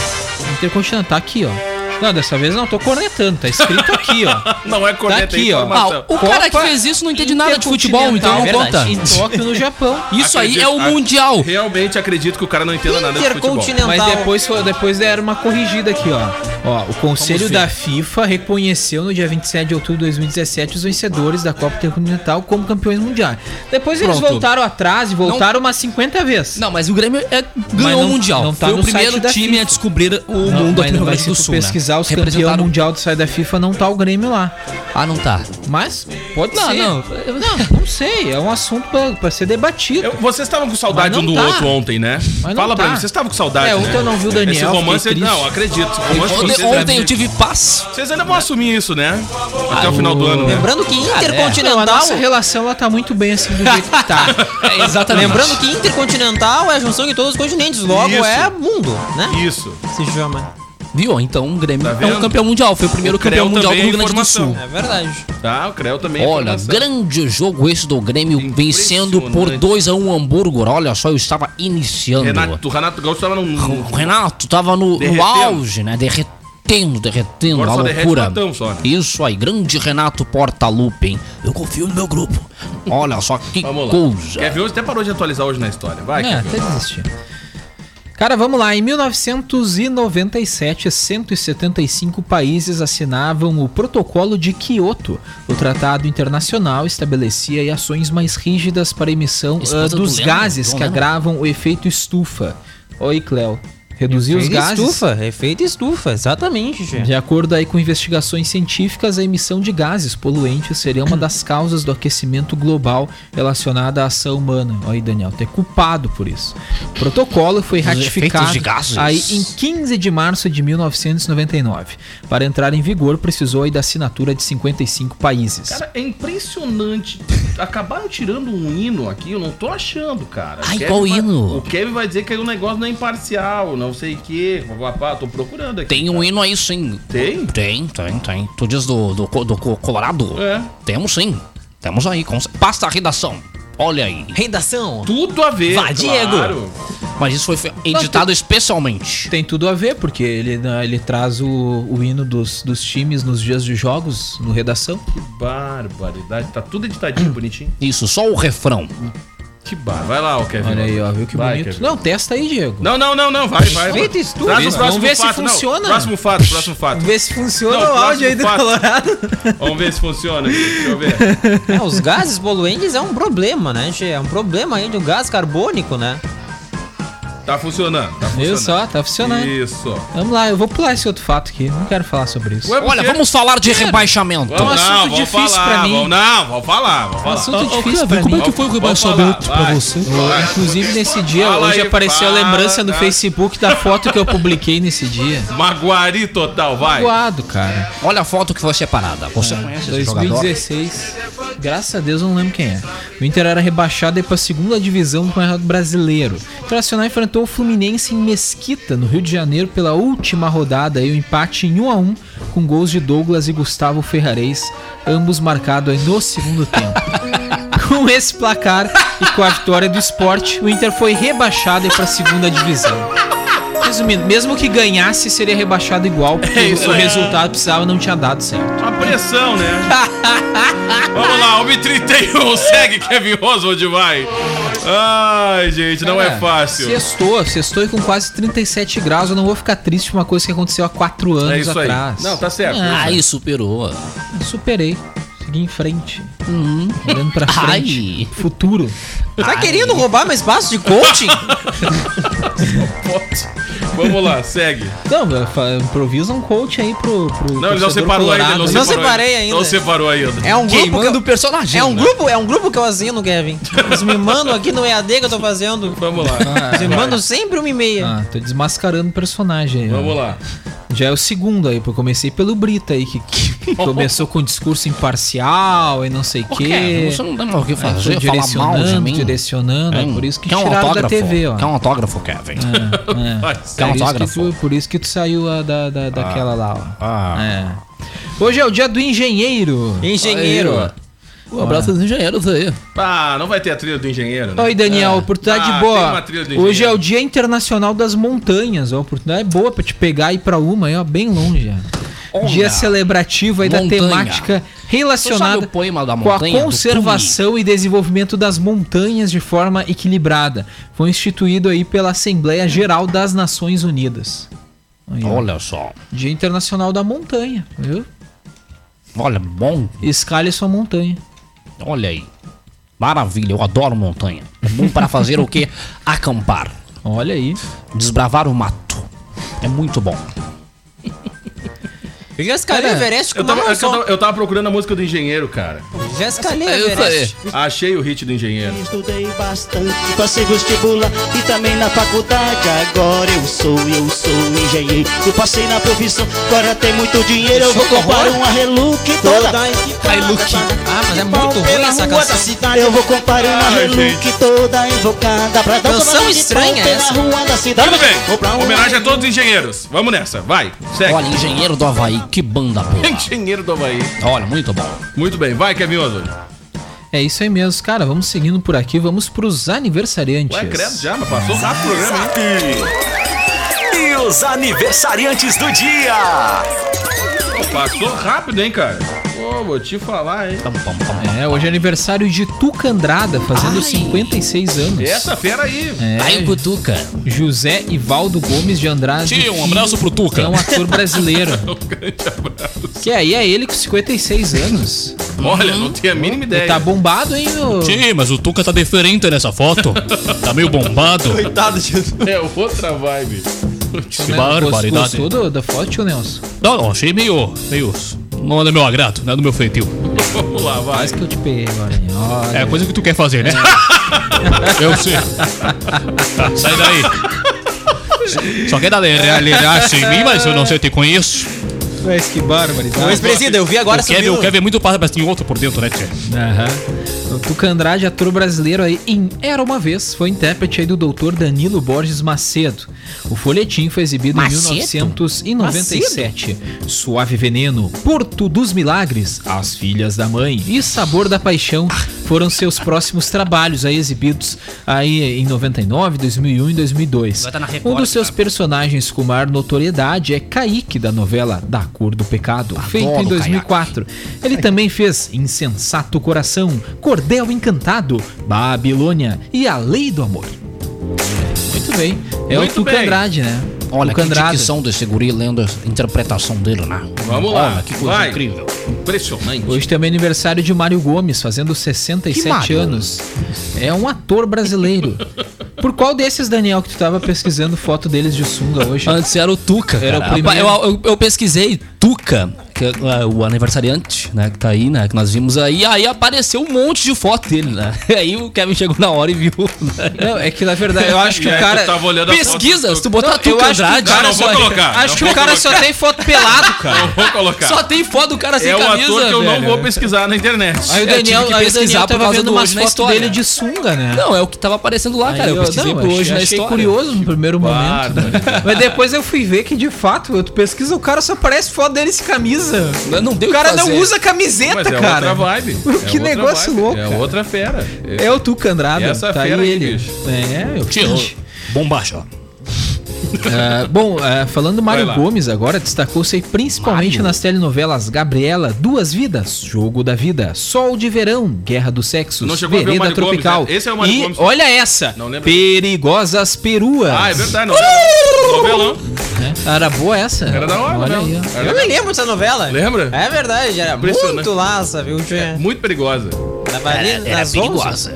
H: Intercontinental aqui, ó. Não, dessa vez não, tô cornetando, tá escrito aqui, ó.
E: Não é corneta,
H: Tá aqui,
E: é
I: Ah,
H: ó.
E: informação.
I: o cara que
H: Copa
I: fez isso não entende nada de futebol, então não conta.
H: É Em Tóquio, no Japão.
I: Isso aí
E: Acredito-
I: é o
E: ac-
I: Mundial.
E: Realmente acredito que o cara não entenda nada de futebol.
F: Intercontinental.
H: Mas depois, foi- depois deram uma corrigida aqui, ó. ó o Conselho da FIFA reconheceu no dia 27 de outubro de 2017 os vencedores da Copa Intercontinental como campeões mundiais. Depois eles
I: Pronto.
H: voltaram atrás e voltaram umas 50 vezes.
I: Não, mas o Grêmio é- ganhou
H: não-
I: o Mundial.
H: não tá
I: Foi o
H: no site
I: primeiro
H: da
I: time
H: FIFA.
I: a descobrir o
H: Não,
I: mundo
H: mas
I: aqui no
H: não
I: Rio
H: vai
I: Grande
H: se
I: do
H: tu
I: Sul. né?
H: pesquisar os campeões
I: Representaram-
H: mundial do site da FIFA, não tá o Grêmio lá.
I: Ah, não tá.
H: Mas pode
I: Não,
H: ser.
I: não.
H: não, não sei. É um assunto pra, pra ser debatido.
E: Eu- vocês estavam com saudade
H: Mas
E: um
H: não
E: do
H: tá.
E: outro ontem, né?
H: não
E: Fala pra
H: tá.
E: mim, vocês estavam com saudade,
H: É,
E: né?
H: ontem eu não vi o
E: Esse
H: Daniel,
E: romance,
H: fiquei triste.
E: não, acredito. Esse romance de
I: Ontem,
E: vocês,
I: ontem
E: deve-
I: eu tive paz.
E: vocês ainda vão assumir isso, né?
H: Ah,
E: Até o final do ano, né?
F: Lembrando que
H: Não, a
F: Intercontinental.
H: nossa relação ela tá muito bem assim do jeito que tá.
I: É, exatamente.
F: Lembrando que Intercontinental é a junção de todos os continentes, logo
E: Isso.
F: é mundo, né?
E: Isso.
F: Se chama.
I: Viu? Então o Grêmio
E: Tá
I: é
E: vendo?
I: um campeão mundial. Foi o primeiro
E: O
I: campeão
E: Creu
I: mundial do
E: também é
I: Rio Grande do
E: informação.
I: Sul.
F: É verdade.
E: Tá, o Creu também. é
I: Olha,
E: informação.
I: grande jogo esse do Grêmio, vencendo por
E: Impressionante.
I: 2 a 1 Hamburgo. Olha só, eu estava iniciando.
E: Renato, o Renato Gaúcho tava num.
I: O Renato tava no, no
E: Derretendo.
I: auge, né? Derretendo, derretendo,
E: Agora
I: a
E: só derrete
I: loucura.
E: latão só, né?
I: Isso aí, grande Renato Portaluppi, hein? Eu confio no meu grupo. Olha só que
E: Vamos lá.
I: coisa.
E: Kevin hoje até parou de atualizar hoje na história. Vai,
H: É,
E: Kevin.
H: até desistir. Cara, vamos lá. Em 1997, 175 países assinavam o Protocolo de Quioto. O tratado internacional estabelecia aí ações mais rígidas para a emissão
I: Esse
H: ah,
I: coisa do
H: dos
I: Lennon,
H: gases
I: do
H: que
I: Lennon.
H: agravam o efeito estufa. Oi, Cleo. Reduzir os gases.
F: é Estufa, efeito estufa, exatamente, gente.
H: De acordo aí com investigações científicas, a emissão de gases poluentes seria uma das causas do aquecimento global relacionada à ação humana. Olha aí, Daniel, tu é culpado por isso. O protocolo foi ratificado
I: efeitos de gases.
H: aí em 15 de março de 1999. Para entrar em vigor, precisou aí da assinatura de 55 países.
E: Cara, é impressionante. Acabaram tirando um hino aqui, eu não tô achando, cara.
I: Ai,
E: O Kevin
I: qual
E: vai-
I: hino?
E: O Kevin vai dizer que o negócio não é imparcial, não sei o quê. Papapá, tô procurando aqui. tá?
I: Tem um
E: cara.
I: hino aí sim.
E: Tem?
I: Tem, tem, tem. Tu diz do, do, co- do co- Colorado?
E: É.
I: Temos sim. Temos aí. com cer- Pasta a redação. Olha aí.
F: Rendação.
E: Tudo a ver.
F: Vai, Diego.
E: claro.
I: Mas isso foi fe- editado especialmente.
H: Tem tudo a ver, porque ele, né, ele traz o, o hino dos, dos times nos dias de jogos, no redação.
E: Que barbaridade. Tá tudo
H: Hum.
E: editadinho, bonitinho.
I: Isso, só o refrão.
E: Que bar. Vai lá, ô Kevin.
H: Olha aí, ó, viu que
E: Vai,
H: bonito.
E: Kevin.
H: Não, testa aí, Diego.
E: Não, não, não, não. Vai, vai.
H: Eita, estudo.
E: Traz o
H: Vamos
E: próximo
H: ver se
E: fato, não.
H: funciona.
E: Próximo fato, próximo fato.
H: Vê se funciona
E: Não,
H: o áudio
E: próximo
H: aí do
E: fato.
H: Colorado.
E: Vamos ver se funciona. aqui, Deixa eu ver.
F: É, os gases poluentes é um problema, né, gente? É um problema aí do gás carbônico, né?
E: Tá funcionando. Tá
H: Viu
E: funcionando.
H: só, tá funcionando.
E: Isso.
H: Vamos lá, eu vou pular esse outro fato aqui. Não quero falar sobre isso.
E: Ué,
I: Olha,
E: porque-
I: vamos falar de rebaixamento.
E: Vamos,
H: um assunto
E: não, vamos
H: difícil
E: falar,
H: pra mim.
E: Vamos, não, vamos falar, vamos falar.
H: assunto difícil pra mim.
E: é que foi o rebaixamento pra você?
H: Inclusive nesse dia,
E: Fala
H: hoje
E: aí,
H: apareceu a
E: fala,
H: lembrança no
E: tá?
H: Facebook da foto que eu publiquei nesse dia.
E: Maguari total, vai.
H: Voado, cara.
I: Olha a foto que foi separada. Você
H: É,
I: conhece esse jogador?
H: 2016. Graças a Deus eu não lembro quem é. O Inter era rebaixado para a segunda divisão do Campeonato Brasileiro. O Internacional enfrentou o Fluminense em Mesquita, no Rio de Janeiro, pela última rodada e o empate em 1 a 1 com gols de Douglas e Gustavo Ferrarez, ambos marcados aí no segundo tempo. Com esse placar e com a vitória do esporte, o Inter foi rebaixado para a segunda divisão. Resumindo, mesmo que ganhasse, seria rebaixado igual, porque
E: É isso
H: o
E: aí.
H: resultado precisava não tinha dado certo.
E: A pressão, né? vamos lá, 1h31, segue Kevin Oswald, vai. Ai, gente, não é
H: Cara,
E: fácil.
H: Sextou, sextou e com quase 37 graus. Eu não vou ficar triste por uma coisa que aconteceu há 4 anos
E: É isso aí.
H: atrás.
E: Não, tá certo.
H: né?
I: Ai, superou.
H: Superei. Segui em frente. Olhando pra
I: Ai.
H: frente. Futuro.
F: Uhum. Tá querendo roubar meu espaço de coaching?
E: Pode. Vamos lá, segue.
H: Não, eu fa- improvisa um coach aí pro. pro
E: Não, ele não
H: torcedor
E: separou ainda. Não,
H: colorado.
E: separou
F: separei ainda.
E: Não separou ainda.
F: É um grupo.
I: Queimando
F: que
I: o personagem.
F: eu- É um
I: né?
F: grupo, é um grupo que eu assino, Kevin. Eles me mandam aqui no EAD que eu tô fazendo.
E: Vamos lá.
F: Eles me mandam sempre uma e meia.
H: Ah, tô desmascarando o personagem aí. ó.
E: Vamos lá.
H: Já é o segundo aí, porque eu comecei pelo Brita aí, que, que começou com discurso imparcial e não sei o
I: Por quê?
H: quê.
I: Você não tem mais o que
H: Aí É, foi
I: fazer, falar mal de
H: direcionando,
I: mim.
H: direcionando, é por isso que
I: Quer um
H: tiraram da
I: autógrafo?
H: TV, ó.
I: Quer um autógrafo, Kevin?
H: É,
I: Quer um
H: por, isso que
I: autógrafo?
H: tu, por isso que tu saiu ah, da, da, daquela lá, ó.
I: Ah.
H: É. Hoje é o dia do engenheiro.
F: Engenheiro.
H: Aí,
I: Um abraço aos engenheiros aí.
E: Ah, não vai ter a trilha do engenheiro, né?
H: Oi, Daniel, oportunidade
E: Ah, tem
H: boa.
E: uma trilha do
H: Hoje é
E: engenheiro.
H: o Dia Internacional das Montanhas, ó. Oportunidade é boa pra te pegar e ir pra uma aí, ó, bem longe. ó.
I: Olha.
H: Dia celebrativo aí da
I: Montanha.
H: temática
I: Tu sabe
H: relacionada
I: o poema da
H: com a
I: montanha, do
H: conservação e desenvolvimento das montanhas de forma equilibrada. Foi instituído aí pela Assembleia Geral das Nações Unidas. Aí, ó.
I: Olha só.
H: Dia Internacional da Montanha, viu?
I: Olha, bom.
H: Escalhe sua montanha.
I: Olha aí. Maravilha, eu adoro montanha. É bom para fazer o quê? Acampar.
H: Olha aí.
I: Desbravar o mato. É muito bom.
F: Eu já escalei o Everest com
E: Eu
F: uma
E: tava,
F: mão
E: é que eu,
F: só.
E: tava, eu tava procurando a música do engenheiro, cara.
F: Já escalei o
I: É isso
F: Everest.
E: Achei o hit do engenheiro.
K: Estudei bastante, passei vestibular e também na faculdade. Agora eu sou, eu sou engenheiro. Eu passei na profissão, agora tem muito dinheiro. Eu vou comprar uma Relux toda.
F: Ah, mas é muito ruim essa canção.
K: Eu vou comprar uma Relux toda invocada pra dar
F: Canção
K: tomada de
F: estranha
K: pau
F: essa.
K: pela rua da cidade.
E: Tudo
K: Comprar um
E: bem.
K: uma
E: Homenagem a todos os engenheiros. Vamos nessa, vai. Segue.
I: Olha, engenheiro do Havaí, que banda boa.
E: Engenheiro do Havaí.
I: Olha, muito bom.
E: Muito bem, vai, Kevin Oswald.
H: É isso aí mesmo, cara. Vamos seguindo por aqui, vamos pros aniversariantes.
E: Ué, credo já, mas passou rápido o programa, hein?
J: E os aniversariantes do dia.
E: Passou rápido, hein, cara? Pô, vou te falar, hein?
I: Pam, pam, pam, pam.
H: É, hoje é aniversário de Tuca Andrada, fazendo
I: Ai.
H: 56 anos.
E: Essa fera aí.
H: É,
I: Aí, Cutuca.
H: José Ivaldo Gomes de Andrade.
I: Tio, um abraço Um pro Tuca.
H: É um ator brasileiro. que aí é ele com 56 anos.
E: Olha, não tenho a mínima
H: Ele
I: É
E: ideia.
H: tá bombado, hein, né? meu?
I: Sim, mas o Tuca tá diferente nessa foto. Tá meio bombado.
E: É outra vibe.
I: Que
H: Gost-
I: barbaridade.
H: Gostou do- da foto, tio Nelson?
I: Não, não, achei meio. meio. Não é do meu agrado, não é do meu feitio.
E: Vamos lá, vai.
H: Quase que eu te peguei agora, hein? Olha.
I: É a coisa que tu quer fazer, né? Eu sei. Sai daí. Só quer dar realidade em mim, mas eu não sei, eu te conheço.
H: Mas que barbaridade.
F: Mas, presida, eu vi agora
I: O Kevin,
F: subiu.
I: o Kevin é muito parado, mas tem outro por dentro, né, tia?
H: Aham. O Tuca Andrade, ator brasileiro aí em Era Uma Vez, foi intérprete aí do doutor Danilo Borges Macedo. O folhetim foi exibido
I: Macedo?
H: em 1997. Suave Veneno, Porto dos Milagres, As Filhas da Mãe e Sabor da Paixão foram seus próximos trabalhos aí exibidos aí em 99, 2001 e 2002.
I: Vai tá na
H: Um
I: Record,
H: dos seus personagens com maior notoriedade é Kaique da novela Da Cor do Pecado, feito em
I: Kaique.
H: 2004. Ele também fez Insensato Coração, Cordel Encantado, Babilônia e A Lei do Amor. Muito bem. É
E: Muito
H: o Tuca
E: bem.
H: Andrade, né?
I: Olha,
H: Tuca
I: que
H: Andrade.
I: dicção desse guri lendo a interpretação dele, né?
E: Vamos lá.
I: Olha, que coisa
E: vai.
I: incrível.
E: Impressionante.
H: Hoje também é aniversário de Mário Gomes, fazendo 67
I: Mário?
H: anos. É um ator brasileiro. Por qual desses, Daniel, que tu tava pesquisando foto deles de sunga hoje?
I: Antes era o Tuca.
H: Era
I: cara.
H: o primeiro.
I: Eu, eu- eu pesquisei Tuca, que é é, o aniversariante, né? Que tá aí, né? Que nós vimos aí. Aí apareceu um monte de foto dele, né? Aí o Kevin chegou na hora e viu. né?
H: Não, é que na verdade eu acho que
E: E aí
H: o
E: tu
H: cara.
E: tava olhando a foto
I: Pesquisa,
E: do
I: se tu botar
H: Não, eu
I: Tuca
H: acho que o
I: Andrade.
H: cara
E: Não, vou
H: só-
E: colocar,
H: Acho
E: não
H: que
E: vou
H: o cara só tem foto pelado, cara.
E: Não vou colocar.
I: Só tem foto do cara sem
E: é o
I: camisa.
E: ator que eu não
I: velho.
E: vou pesquisar na internet.
H: Aí o
I: Eu tive
H: Daniel,
I: que
H: aí o
I: pesquisar
H: Daniel
I: por
H: tava
I: causa
H: vendo
I: do
H: umas
I: Hoje na
H: fotos
I: História.
H: dele de sunga, né?
I: Não, é o que tava aparecendo lá, cara.
H: Aí
I: Eu, pesquisei por hoje
H: achei,
I: na
H: achei
I: história.
H: curioso no primeiro
E: Claro, né?
H: momento. né? Mas depois eu fui ver que, de fato, tu pesquisa, o cara só aparece foto dele sem camisa.
I: Não, não deu
H: O
I: o que
H: cara não
I: fazer.
H: usa camiseta,
E: Mas é
H: cara.
E: outra vibe. É outra
H: Que negócio
E: vibe.
H: louco,
E: É
H: cara.
E: outra fera.
H: É o Tuca Andrade.
E: Essa
H: tá aí
E: fera aí,
H: ele.
E: bicho.
H: É, eu
I: Tio,
H: fiz.
I: bombacha.
H: Ah, bom, ah, falando do Mário
E: Vai lá.
H: Gomes agora, destacou-se aí principalmente nas telenovelas Gabriela, Duas Vidas, Jogo da Vida, Sol de Verão, Guerra dos Sexos,
E: Não chegou a ver o
H: Vereda
E: Mário Gomes,
H: Tropical.
E: né? Esse é o Mário
H: e
E: Gomes.
H: olha essa,
E: Não lembro.
H: Perigosas Peruas.
E: Ah, é verdade. Não. Novelão.
H: Era boa essa?
E: Era da hora,
H: Olha aí,
E: novela.
H: ó.
E: Era da
F: Eu me lembro dessa novela.
E: Lembra?
F: É verdade, era
E: Impressionante.
F: muito laça, viu,
H: É.
F: tio?
E: Muito perigosa.
F: Tava ali nas 11.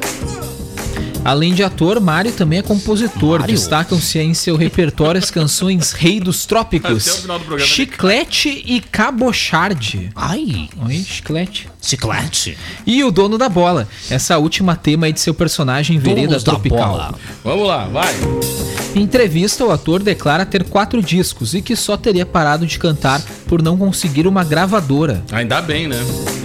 H: Além de ator, Mário também é compositor. Destacam-se aí em seu repertório as canções Rei dos
E: Até o
H: Trópicos,
E: final do programa.
H: Chiclete e Cabocharde.
I: Ai,
H: Oi, chiclete.
I: chiclete.
H: E o dono da bola. Essa última tema aí de seu personagem Vereda
I: Donos da
H: Tropical.
I: bola.
E: Vamos lá, vai.
H: Em entrevista, o ator declara ter quatro discos e que só teria parado de cantar por não conseguir uma gravadora.
E: Ainda bem, né?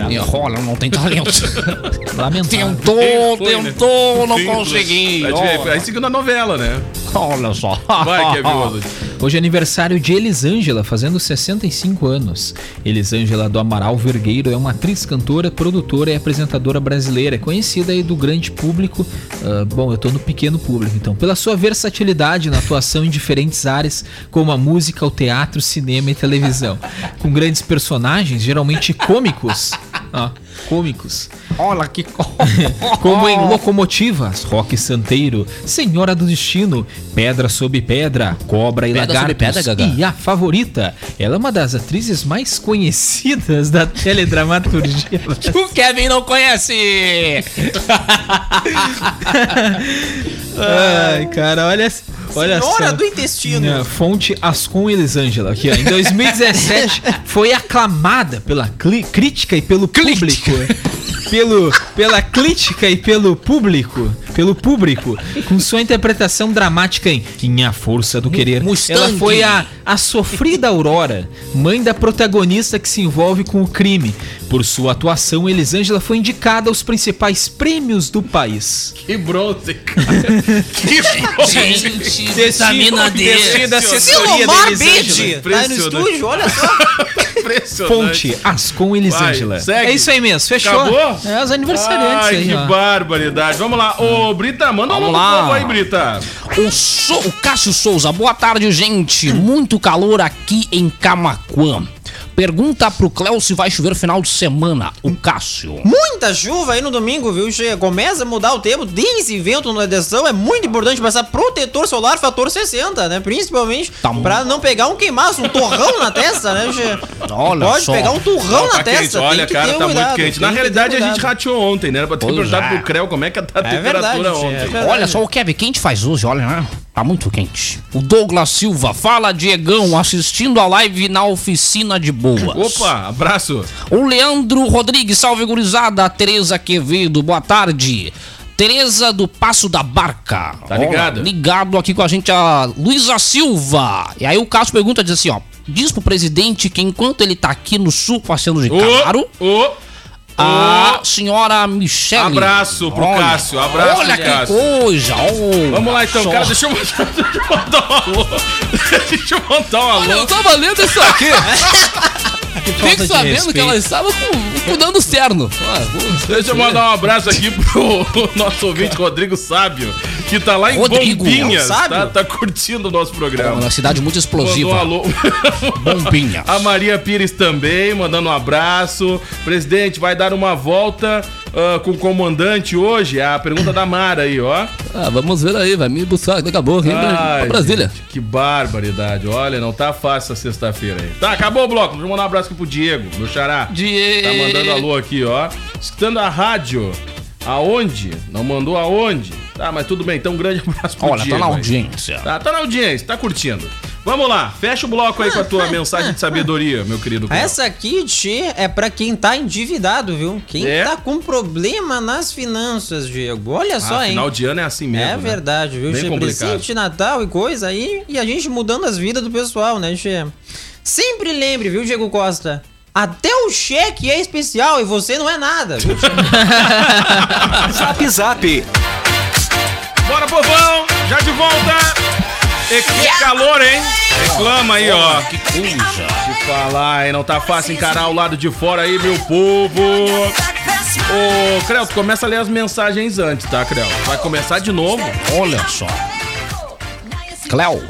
H: Minha rola não tem
I: talento. um
H: Lamentável.
I: Tentou,
E: Ah, Foi, né?
I: tentou, não
E: Sim, é
I: consegui.
E: Aí,
I: Olha.
E: aí seguindo a novela, né?
I: Olha só.
E: Vai, Kevin Oswald.
H: Hoje é aniversário de Elisângela, fazendo 65 anos. Elisângela do Amaral Vergueiro é uma atriz, cantora, produtora e apresentadora brasileira, conhecida aí do grande público. ah, bom, eu tô no pequeno público, então. Pela sua versatilidade na atuação em diferentes áreas, como a música, o teatro, cinema e televisão. Com grandes personagens, geralmente cômicos. ó, cômicos.
I: Olha que
H: Como em Locomotivas, Rock Santeiro, Senhora do Destino, Pedra sob Pedra, Cobra e
I: Pedra sob
H: Lagartos
I: Pedra, Gaga.
H: e a favorita. Ela é uma das atrizes mais conhecidas da teledramaturgia.
I: O Kevin não conhece.
H: Ai, cara, olha, olha
F: Senhora
H: só.
F: do intestino.
H: Né, Fonte Ascom Elisângela, aqui, ó. Em 2017, foi aclamada pela cli- crítica e pelo público. Pelo, pela crítica e pelo público. Pelo público. Com sua interpretação dramática em, em A Força do Querer.
I: Mustang.
H: Ela foi a, a sofrida Aurora, mãe da protagonista que se envolve com o crime. Por sua atuação, Elisângela foi indicada aos principais prêmios do país.
E: Que bronze, cara. que bronze.
I: Gente, vitamina D.
H: da
F: Silomar Bede, tá no
E: Impressionante.
F: estúdio, olha só.
E: Impressionante.
H: Fonte Ascom Elisângela.
E: Vai, segue.
H: É isso aí mesmo, fechou.
E: Acabou?
H: É os aniversariantes
E: Ai,
H: aí,
E: que
H: ó.
E: barbaridade. Vamos lá. Ô, Brita, manda um novo
I: Vamos lá.
E: povo aí, Brita.
I: O, Sou- o Cássio Souza, boa tarde, gente. Muito calor aqui em Camaquã. Pergunta pro Cléo se vai chover final de semana. O Cássio.
F: Muita chuva aí no domingo, viu? Che- Começa a mudar o tempo, tem esse vento na decisão. É muito importante passar protetor solar fator 60, né? Principalmente
I: Tá bom.
F: pra não pegar um queimaço, um torrão na testa, né? che?
I: Olha
F: Pode
I: só.
F: pegar um torrão
E: Não,
F: na
E: tá
F: testa.
E: quente.
F: tem
E: Olha,
F: que
E: cara,
F: ter
E: tá
F: cuidado,
E: muito quente.
F: tem
E: Na
F: que ter
E: realidade, a
F: cuidado.
E: gente rateou ontem, né? Era pra ter
I: Pois
E: perguntado
I: é.
E: pro Creu como é que tá a
F: É verdade, che,
E: temperatura
F: é
E: ontem.
F: verdade.
I: Olha só o Kevin, quente faz hoje, olha, né? Tá muito quente. O Douglas Silva, fala Diegão, assistindo a live na oficina de boas.
E: Opa, abraço.
I: O Um Leandro Rodrigues, salve gurizada. A Tereza Quevedo, boa tarde. Tereza do Passo da Barca.
E: Tá ligado?
I: ligado aqui com a gente a Luísa Silva. E aí o Cássio pergunta, diz assim, ó. Diz pro presidente que enquanto ele tá aqui no sul passeando de
E: Ô,
I: carro,
E: ô,
I: a senhora Michelle...
E: Abraço pro Cássio, abraço
I: Olha
E: pro
I: que
E: Cássio.
I: coisa. olha
E: Vamos lá então,
I: só.
E: cara. Deixa eu mandar, deixa eu mandar um alô. Deixa eu mandar um
I: Olha, eu
E: alô.
I: tava lendo isso aqui.
H: falta
I: Fico
H: de
I: sabendo
H: respeito.
I: que ela estava com, cuidando o terno. Ah, vou-
E: Deixa eu mandar um abraço aqui pro nosso ouvinte Rodrigo Sábio, que tá lá em
I: Rodrigo,
E: Bombinhas,
I: é o Sábio?
E: tá, tá curtindo o nosso programa.
I: Uma cidade muito
E: Mandou um
I: explosiva.
E: alô.
I: Bombinha.
E: A Maria Pires também, mandando um abraço. Presidente, vai dar uma volta ah, com o comandante hoje? É A pergunta da Mara aí, ó.
I: Ah, vamos ver aí, vai me buscar daqui a pouco, hein? pra
E: Ai,
I: Brasília.
E: gente, que barbaridade. Olha, não tá fácil essa sexta-feira aí. Tá, acabou o bloco. Deixa eu mandar um abraço aqui pro Diego, meu xará.
I: Diego.
E: Tá mandando alô aqui, ó. Escutando a rádio. Aonde? Não mandou aonde? Tá, mas tudo bem. Então, um grande abraço pro
I: Olha, tá
E: Diego.
I: na
E: aí.
I: audiência.
E: Tá, tá na audiência, tá curtindo. Vamos lá, fecha o bloco aí com a tua mensagem de sabedoria, meu
H: Ah,
E: querido.
H: é
E: Cleo.
F: Essa aqui, Tchê, é pra quem tá endividado, viu? Quem
E: É?
F: tá com problema nas finanças, Diego. Olha só,
E: ah,
F: hein?
E: final de ano é assim mesmo.
F: É
E: né?
F: verdade, viu,
E: Bem
F: Che?
E: complicado.
F: Presente de Natal e coisa aí, e a gente mudando as vidas do pessoal, né, Che? Sempre lembre, viu, Diego Costa? Até o cheque é especial e você não é nada. viu, Che?
D: Zap Zap.
E: Bora, povão! Já de volta! E que calor, hein? Reclama aí, ó. Que coisa. Te falar, hein? Não tá fácil encarar o lado de fora aí, meu povo. Ô, Creu, tu começa a ler as mensagens antes, tá, Creu? Vai começar de novo?
I: Olha só. Cléo.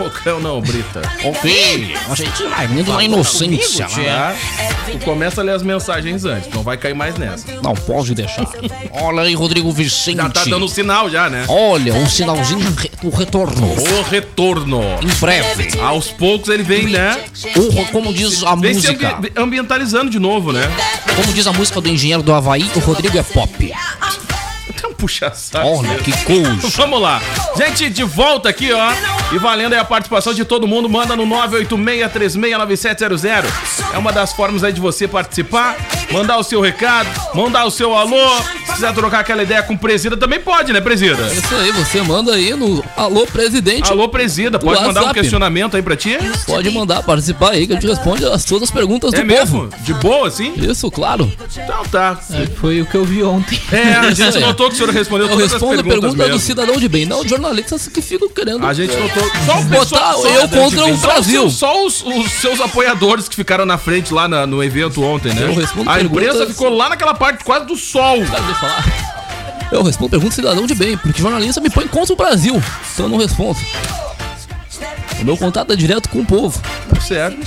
E: Ô, Creu, não, Brita.
I: Tá Ok. A gente vai indo na inocência, né?
E: Tá? Tu começa a ler as mensagens antes, não vai cair mais nessa.
I: Não pode deixar. Olha aí, Rodrigo Vicente.
E: Já tá dando um sinal já, né?
I: Olha, um sinalzinho re- do retorno.
E: O retorno.
I: Em breve.
E: Aos poucos ele vem, né?
I: né? é O ro- como diz a
E: Vem se
I: música.
E: ambi- ambientalizando de novo, né?
I: Como diz a música do engenheiro do Havaí, o Rodrigo é pop.
E: Até um puxa-saco.
I: Olha que coisa.
E: Vamos lá. Gente, de volta aqui, ó. E valendo aí a participação de todo mundo, manda no 986369700. É uma das formas aí de você participar. mandar o seu recado, mandar o seu alô. Se quiser trocar aquela ideia com o presida, também pode, né, presida?
I: É Isso aí, você manda aí no Alô Presidente.
E: Alô, presida, pode mandar um
I: WhatsApp.
E: questionamento aí pra ti?
I: Pode mandar, participar aí que a gente responde as, todas as perguntas
E: É
I: do
E: mesmo?
I: povo.
E: De boa, assim?
I: Isso, claro.
E: Então tá.
L: É, Foi o que eu vi ontem.
E: É, a gente
I: Isso aí.
E: notou que o senhor respondeu
I: Eu
E: todas as
I: respondo a
E: perguntas
I: pergunta do
E: mesmo.
I: cidadão de bem, não jornalistas que ficam querendo.
E: A gente notou. Só o
I: Botar
E: só-
I: eu contra o
E: só
I: Brasil.
E: os- Só os, os seus apoiadores que ficaram na frente lá na- no evento ontem, né?
I: Eu respondo
E: A imprensa
I: perguntas- Tá
E: ficou lá naquela parte quase do sol.
I: Deixa eu falar. Eu respondo pergunta do cidadão de bem, porque jornalista me põe contra o Brasil, então eu não respondo. O meu contato é direto com o povo.
E: Certo.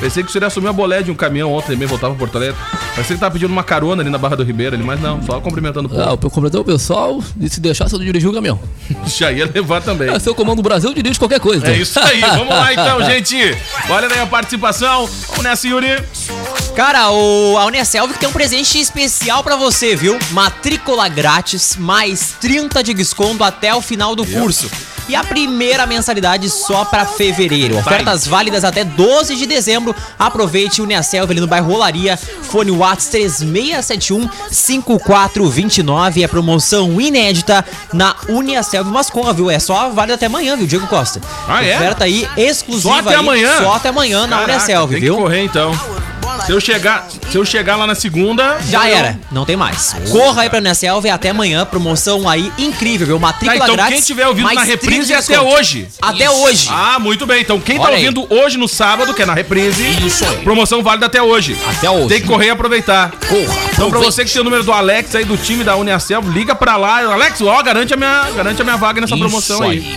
E: Pensei que o senhor ia assumir a bolé de um caminhão ontem também, voltava pra Porto Alegre. Pensei que ele tava pedindo uma carona ali na Barra do Ribeiro ali, mas não, só cumprimentando o povo.
I: Ah, eu completei o pessoal e se deixar, se eu dirigir Ah, o caminhão.
E: Já ia levar também.
I: Ah, Se eu comando o Brasil, eu dirijo qualquer coisa.
E: É isso aí, vamos lá então, gente. Olha daí a participação. Vamos nessa, Yuri.
H: Cara, o, a Unicelv tem um presente especial pra você, viu? Matrícula grátis, mais 30 de desconto até o final do curso. E a primeira mensalidade só pra fevereiro. Ofertas válidas até 12 de dezembro. Aproveite Unicelv ali no bairro Rolaria. Fone Whats 3671 5429. É promoção inédita na Unicelv Mascova, viu? É só válido até amanhã, viu, Diego Costa?
E: Ah, é?
H: Oferta aí exclusiva.
E: Só até
H: aí,
E: amanhã?
H: Só até amanhã
I: é
H: na
E: Caraca,
H: Unicelv,
E: tem
H: viu?
E: que correr então. Se eu chegar, se eu chegar lá na segunda,
H: Já
E: eu-
H: era, não tem mais. Corra aí pra Unicelv e até amanhã, promoção aí incrível, viu?
E: Tá,
H: Matrícula
E: então
H: grátis.
E: quem tiver ouvindo
H: mais
E: na reprise
H: 30
E: é até
H: desconto.
E: hoje.
H: Até hoje.
E: Ah, muito bem. Então quem tá
H: Olha aí.
E: ouvindo hoje no sábado, que é na reprise, promoção válida até hoje.
I: Até hoje.
E: Tem que correr e aproveitar. Então pra você que tem o número do Alex aí do time da Uniacelv, liga pra lá. Alex, ó, garante a minha, garante a minha vaga nessa promoção aí.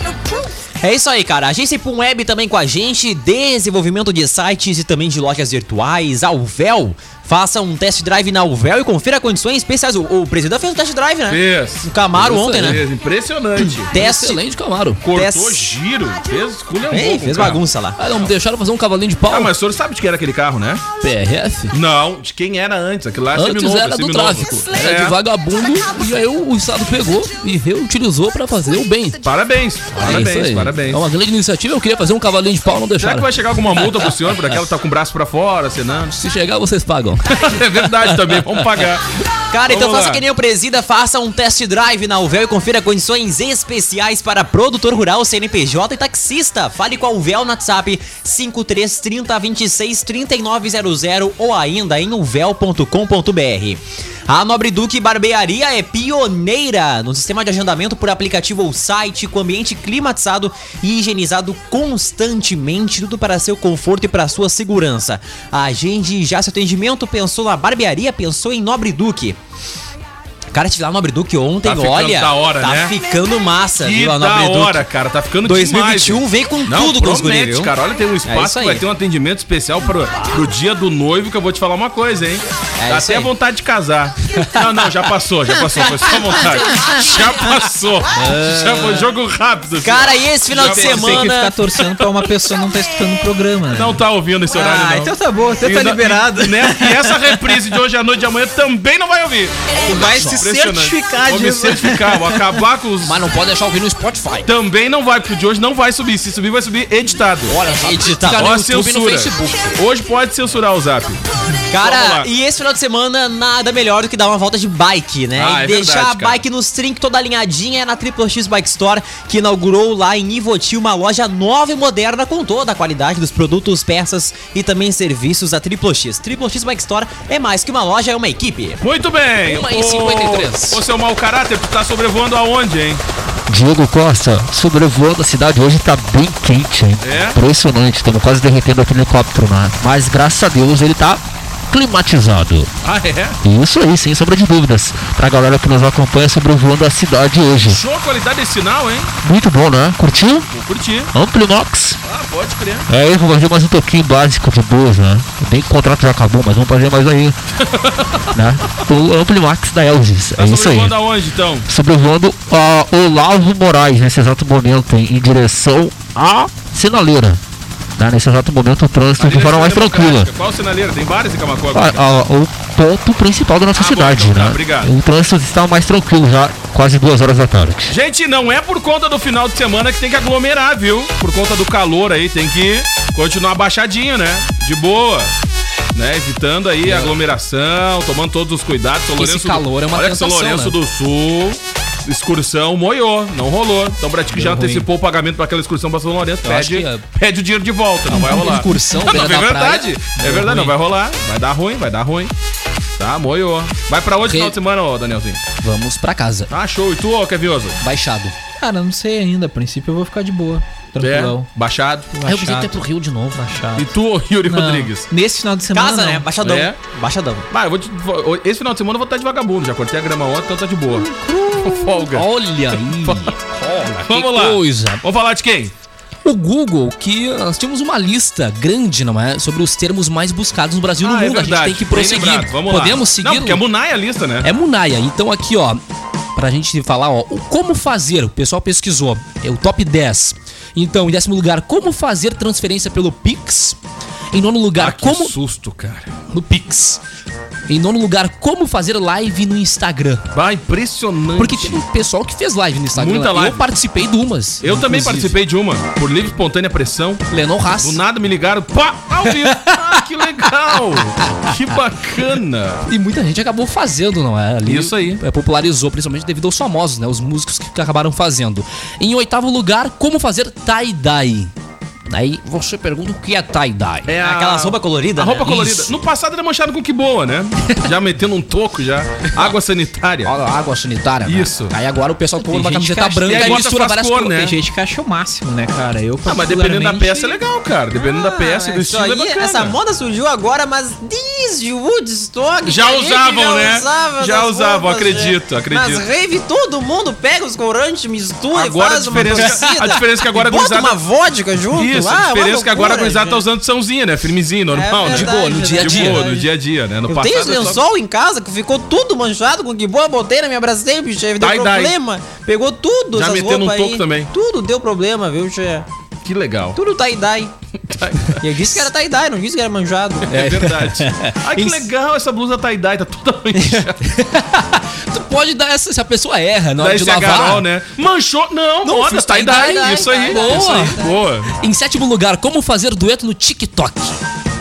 H: É isso aí, cara. Agência Ipum Web também com a gente, desenvolvimento de sites e também de lojas virtuais, Alvel. Faça um test drive na Alvel e confira condições especiais. O, o presidente fez um test drive, né?
E: Fez.
H: Um Camaro
I: Isso
H: ontem,
I: aí.
H: né?
E: Fez, Impressionante.
H: Teste.
I: Excelente, Camaro.
E: Cortou
H: Dez.
E: giro, fez esculhambou
H: Ei,
E: com o
H: fez
E: carro.
H: bagunça lá.
I: Ah, não, me deixaram fazer um cavalinho de pau.
E: Ah, mas o senhor sabe de que era aquele carro, né?
I: PRF?
E: Não, de quem era antes. Aquilo lá é
I: Antes
E: seminovo, é
I: era do
E: seminovo.
I: tráfico.
E: É.
I: Era de vagabundo e aí o o Estado pegou e reutilizou pra fazer o bem.
E: Parabéns,
I: é isso
E: parabéns,
I: aí.
E: parabéns.
I: É uma grande iniciativa, eu queria fazer um cavalinho de pau, não
E: Será
I: deixaram.
E: que vai chegar alguma multa pro senhor por aquela que tá com o braço pra fora, acenando?
I: Se chegar, vocês pagam.
E: É verdade também, vamos pagar.
H: Cara, então
E: Vamos
H: faça
E: lá.
H: que nem o Presida, faça um test drive na Uvel e confira condições especiais para produtor rural, CNPJ e taxista. Fale com a Uvel no WhatsApp 5330 26 3900 ou ainda em uvel.com.br. A Nobre Duque Barbearia é pioneira no sistema de agendamento por aplicativo ou site com ambiente climatizado e higienizado constantemente, tudo para seu conforto e para sua segurança. Agende já seu atendimento, pensou na barbearia, pensou em Nobre Duque. Cara, tive lá no Nobre Duque ontem,
E: Tá ficando
H: olha.
E: da hora,
H: tá
E: né?
H: ficando massa,
E: Que
H: viu, a
E: da
H: É, Nobre
E: hora,
H: Duque.
E: cara, tá ficando
H: 2021
E: demais.
H: vem com
E: Não,
H: tudo com os guri,
E: promete,
H: viu? É
E: cara. Olha, tem um espaço
H: isso
E: que vai
H: aí.
E: ter um atendimento especial pro, pro dia do noivo, que eu vou te falar uma coisa, hein?
H: É
E: Dá
H: isso
E: até
H: aí.
E: vontade de casar. Não, não, já passou, já passou. Foi só vontade. Já passou. Já foi jogo rápido. assim.
H: Ah. Cara, e esse final
E: Já
H: de
E: passei.
L: Tem que ficar
H: semana.
L: torcendo pra uma pessoa não tá escutando o programa, né?
E: Não tá ouvindo esse horário,
H: Ah, então
E: não.
L: tá bom, você
E: E na- E, né, e essa reprise de hoje à noite e amanhã também não vai ouvir.
H: Vai se
E: Impressionante. Vou me certificar, vou acabar com os.
I: Mas não pode deixar ouvir no Spotify.
E: Também não vai, porque o de hoje não vai subir. Se subir, vai subir editado.
I: Olha,
H: Editado.
I: fica
E: Ó a
I: tá no YouTube e no
E: censura.
I: Facebook.
E: Hoje pode censurar o zap. Vamos lá.
H: Cara, e esse final de semana nada melhor do que dar uma volta de bike, né?
E: Ah,
H: e
E: é
H: deixar
E: verdade,
H: a
E: cara.
H: bike nos trinques toda alinhadinha é na Triple X Bike Store, que inaugurou lá em Ivoti uma loja nova e moderna com toda a qualidade dos produtos, peças e também serviços da Triple X. Triple X Bike Store é mais que uma loja, é uma equipe.
E: Muito bem.
I: Uma e cinquenta e três.
E: Ô, ô, seu mau caráter, tu tá sobrevoando aonde, hein?
G: Diego Costa, sobrevoando a cidade hoje tá bem quente, hein?
E: É?
G: Impressionante, estamos quase derretendo aqui no helicóptero, né? Mas graças a Deus ele tá climatizado.
E: Ah, é?
G: Isso aí, sem sombra de dúvidas. Pra galera que nos acompanha sobrevoando a cidade hoje.
E: Show a qualidade desse sinal, hein?
G: Muito bom, né? Curtiu?
E: Vou curtir.
G: Amplinox.
E: Ah, pode crer.
G: É, eu vou fazer mais um toquinho básico de boas, né? Nem que o contrato já acabou, mas vamos fazer mais aí. né? O Amplimax da Elvis.
E: Tá
G: é isso aí.
E: sobrevoando aonde, então?
G: Sobrevoando a Olavo Moraes nesse exato momento, hein? em direção à sinaleira. Tá? Nesse exato momento o trânsito de forma mais
E: Democrática.
G: tranquila.
E: Qual sinaleira? Tem várias em Camacó
G: Ah,
E: agora.
G: ah, o ponto principal da nossa
E: Ah, bom,
G: cidade,
E: então tá,
G: né?
E: obrigado.
G: O trânsito está mais tranquilo já, quase duas horas da tarde.
E: Gente, não é por conta do final de semana que tem que aglomerar, viu? Por conta do calor aí, tem que continuar baixadinho, né? De boa. né? Evitando aí aglomeração, tomando todos os cuidados. São
I: Porque
E: Lourenço
I: esse calor é uma
E: Olha que São
I: tentação,
E: Lourenço
I: né?
E: do Sul, excursão, moiou, não rolou. Então o Bratic já
I: ruim.
E: antecipou o pagamento para aquela excursão pra São Lourenço,
I: Eu acho
E: pede,
I: que, é,
E: pede o dinheiro de volta, não vai rolar.
I: excursão
E: não, não, é
I: beira da
E: verdade,
I: praia,
E: é
I: deu
E: verdade, não vai
I: ruim.
E: rolar, vai dar ruim, vai dar ruim. Tá, moiou. Vai pra onde
I: Que-
E: final de semana, ô Danielzinho?
I: Vamos pra casa.
E: Tá, show. E tu, ô Kevioso?
I: Baixado.
G: Cara, não sei ainda. A princípio eu vou ficar de boa. Tranquilão.
E: É, baixado.
I: Ah, eu pensei que ia
G: Baixado.
I: pro Rio de novo. né?
G: Baixado.
E: E tu, ô Yuri
G: Não,
E: Rodrigues?
G: Nesse final de semana.
H: Casa,
G: não.
H: né? Baixadão.
E: É.
H: Baixadão.
E: Bah, eu vou te- vou- esse final de semana eu vou estar de vagabundo. Já cortei a grama ontem, então tá de boa. Folga.
I: Olha aí.
E: Vamos lá.
I: coisa.
E: Vamos falar de quem?
I: O Google, que nós tínhamos uma lista grande, não é? Sobre os termos mais buscados no Brasil e no mundo. a gente tem que
E: Ah, é Bem
I: prosseguir.
E: lembrado. Vamos lá.
I: Podemos seguir?
E: Não, porque é Munai a lista, né?
I: É Munaya. Então aqui, ó, pra gente falar, ó, o como fazer, o pessoal pesquisou, é o top 10. Então, em décimo lugar, como fazer transferência pelo Pix. Em nono lugar,
E: Ah, que
I: tá, como...
E: susto, cara.
I: No Pix. Em nono lugar, como fazer live no Instagram.
E: Bah, impressionante.
I: Porque tem um pessoal que fez live no Instagram.
E: Muita
I: né?
E: live.
I: Eu participei de umas.
E: Eu também
I: inclusive.
E: participei de uma, por livre e espontânea pressão.
I: Lennon Haas.
E: Do nada me ligaram, pá, ao vivo. Ah, que legal. Que bacana.
I: E muita gente acabou fazendo, não é? Ali,
E: Isso aí.
I: é, popularizou, principalmente devido aos famosos, né? Os músicos que acabaram fazendo. Em oitavo lugar, como fazer tie-dye. Daí você pergunta o que é tie-dye.
E: É
H: Aquela roupa colorida.
E: A roupa
H: né?
E: colorida.
I: Isso.
E: No passado era manchado com que boa, né? Já metendo um toco já. Água sanitária.
I: Olha, água sanitária. né?
E: Isso.
I: Aí agora o pessoal compra
G: Tem
I: uma
G: gente
I: camiseta
G: que é acha-
E: e
I: branca
E: aí
I: e
E: bota
I: mistura
E: faz
I: várias
E: cor,
I: cores.
E: né?
G: Tem gente que acha o máximo, né, cara? Eu
E: Ah, mas dependendo da peça é legal, cara. Dependendo da peça e do
H: Ah, isso
E: estilo é
H: aí,
E: bacana.
H: essa moda surgiu agora, mas desde Woodstock.
E: Já
H: a gente
E: usavam, né?
H: usava
E: Já
H: essas
E: usavam,
H: roupas,
E: acredito,
H: né?
E: acredito.
H: Mas rave, todo mundo pega os corantes, mistura
E: Agora a
H: e faz uma
E: diferença-
H: torcida.
E: a diferença é que agora a
H: E bota
E: gurizada-
H: uma vodka junto.
E: Isso,
H: ah,
E: a
H: uma
E: diferença é que agora a
H: loucura,
E: gurizada tá
H: gente.
E: usando sãozinha, né? Firmezinho, normal, né?
H: verdade,
E: De boa,
H: é
E: De
H: verdade.
E: boa, no dia a dia, né? No
H: Eu tenho
E: passado.
H: esse
E: é só-
H: lençol em casa que ficou tudo manchado com que boa boteira, me abracei, bicho. Deu
E: Dai, dai.
H: problema. Pegou tudo,
E: Já
H: essas
E: meteu num
H: roupas
E: toco
H: aí.
E: também.
H: Tudo deu problema, viu, Tchê?
E: Que legal.
H: Tudo tie-dye. E eu disse que era tie-dye, não disse que era manjado.
E: Tá É verdade.
I: né?
E: Ai, que legal essa blusa tie-dye, tá totalmente.
I: Tu pode dar essa se a pessoa erra na hora
E: Daí
I: é de
E: se a
I: lavar.
E: Carol, né? Manchou. Não,
I: Não,
E: moda,
I: fiz
E: tie-dye.
I: tie-dye,
E: Isso aí.
I: tie-dye.
E: isso aí. Boa.
I: Em sétimo lugar, como fazer dueto no TikTok.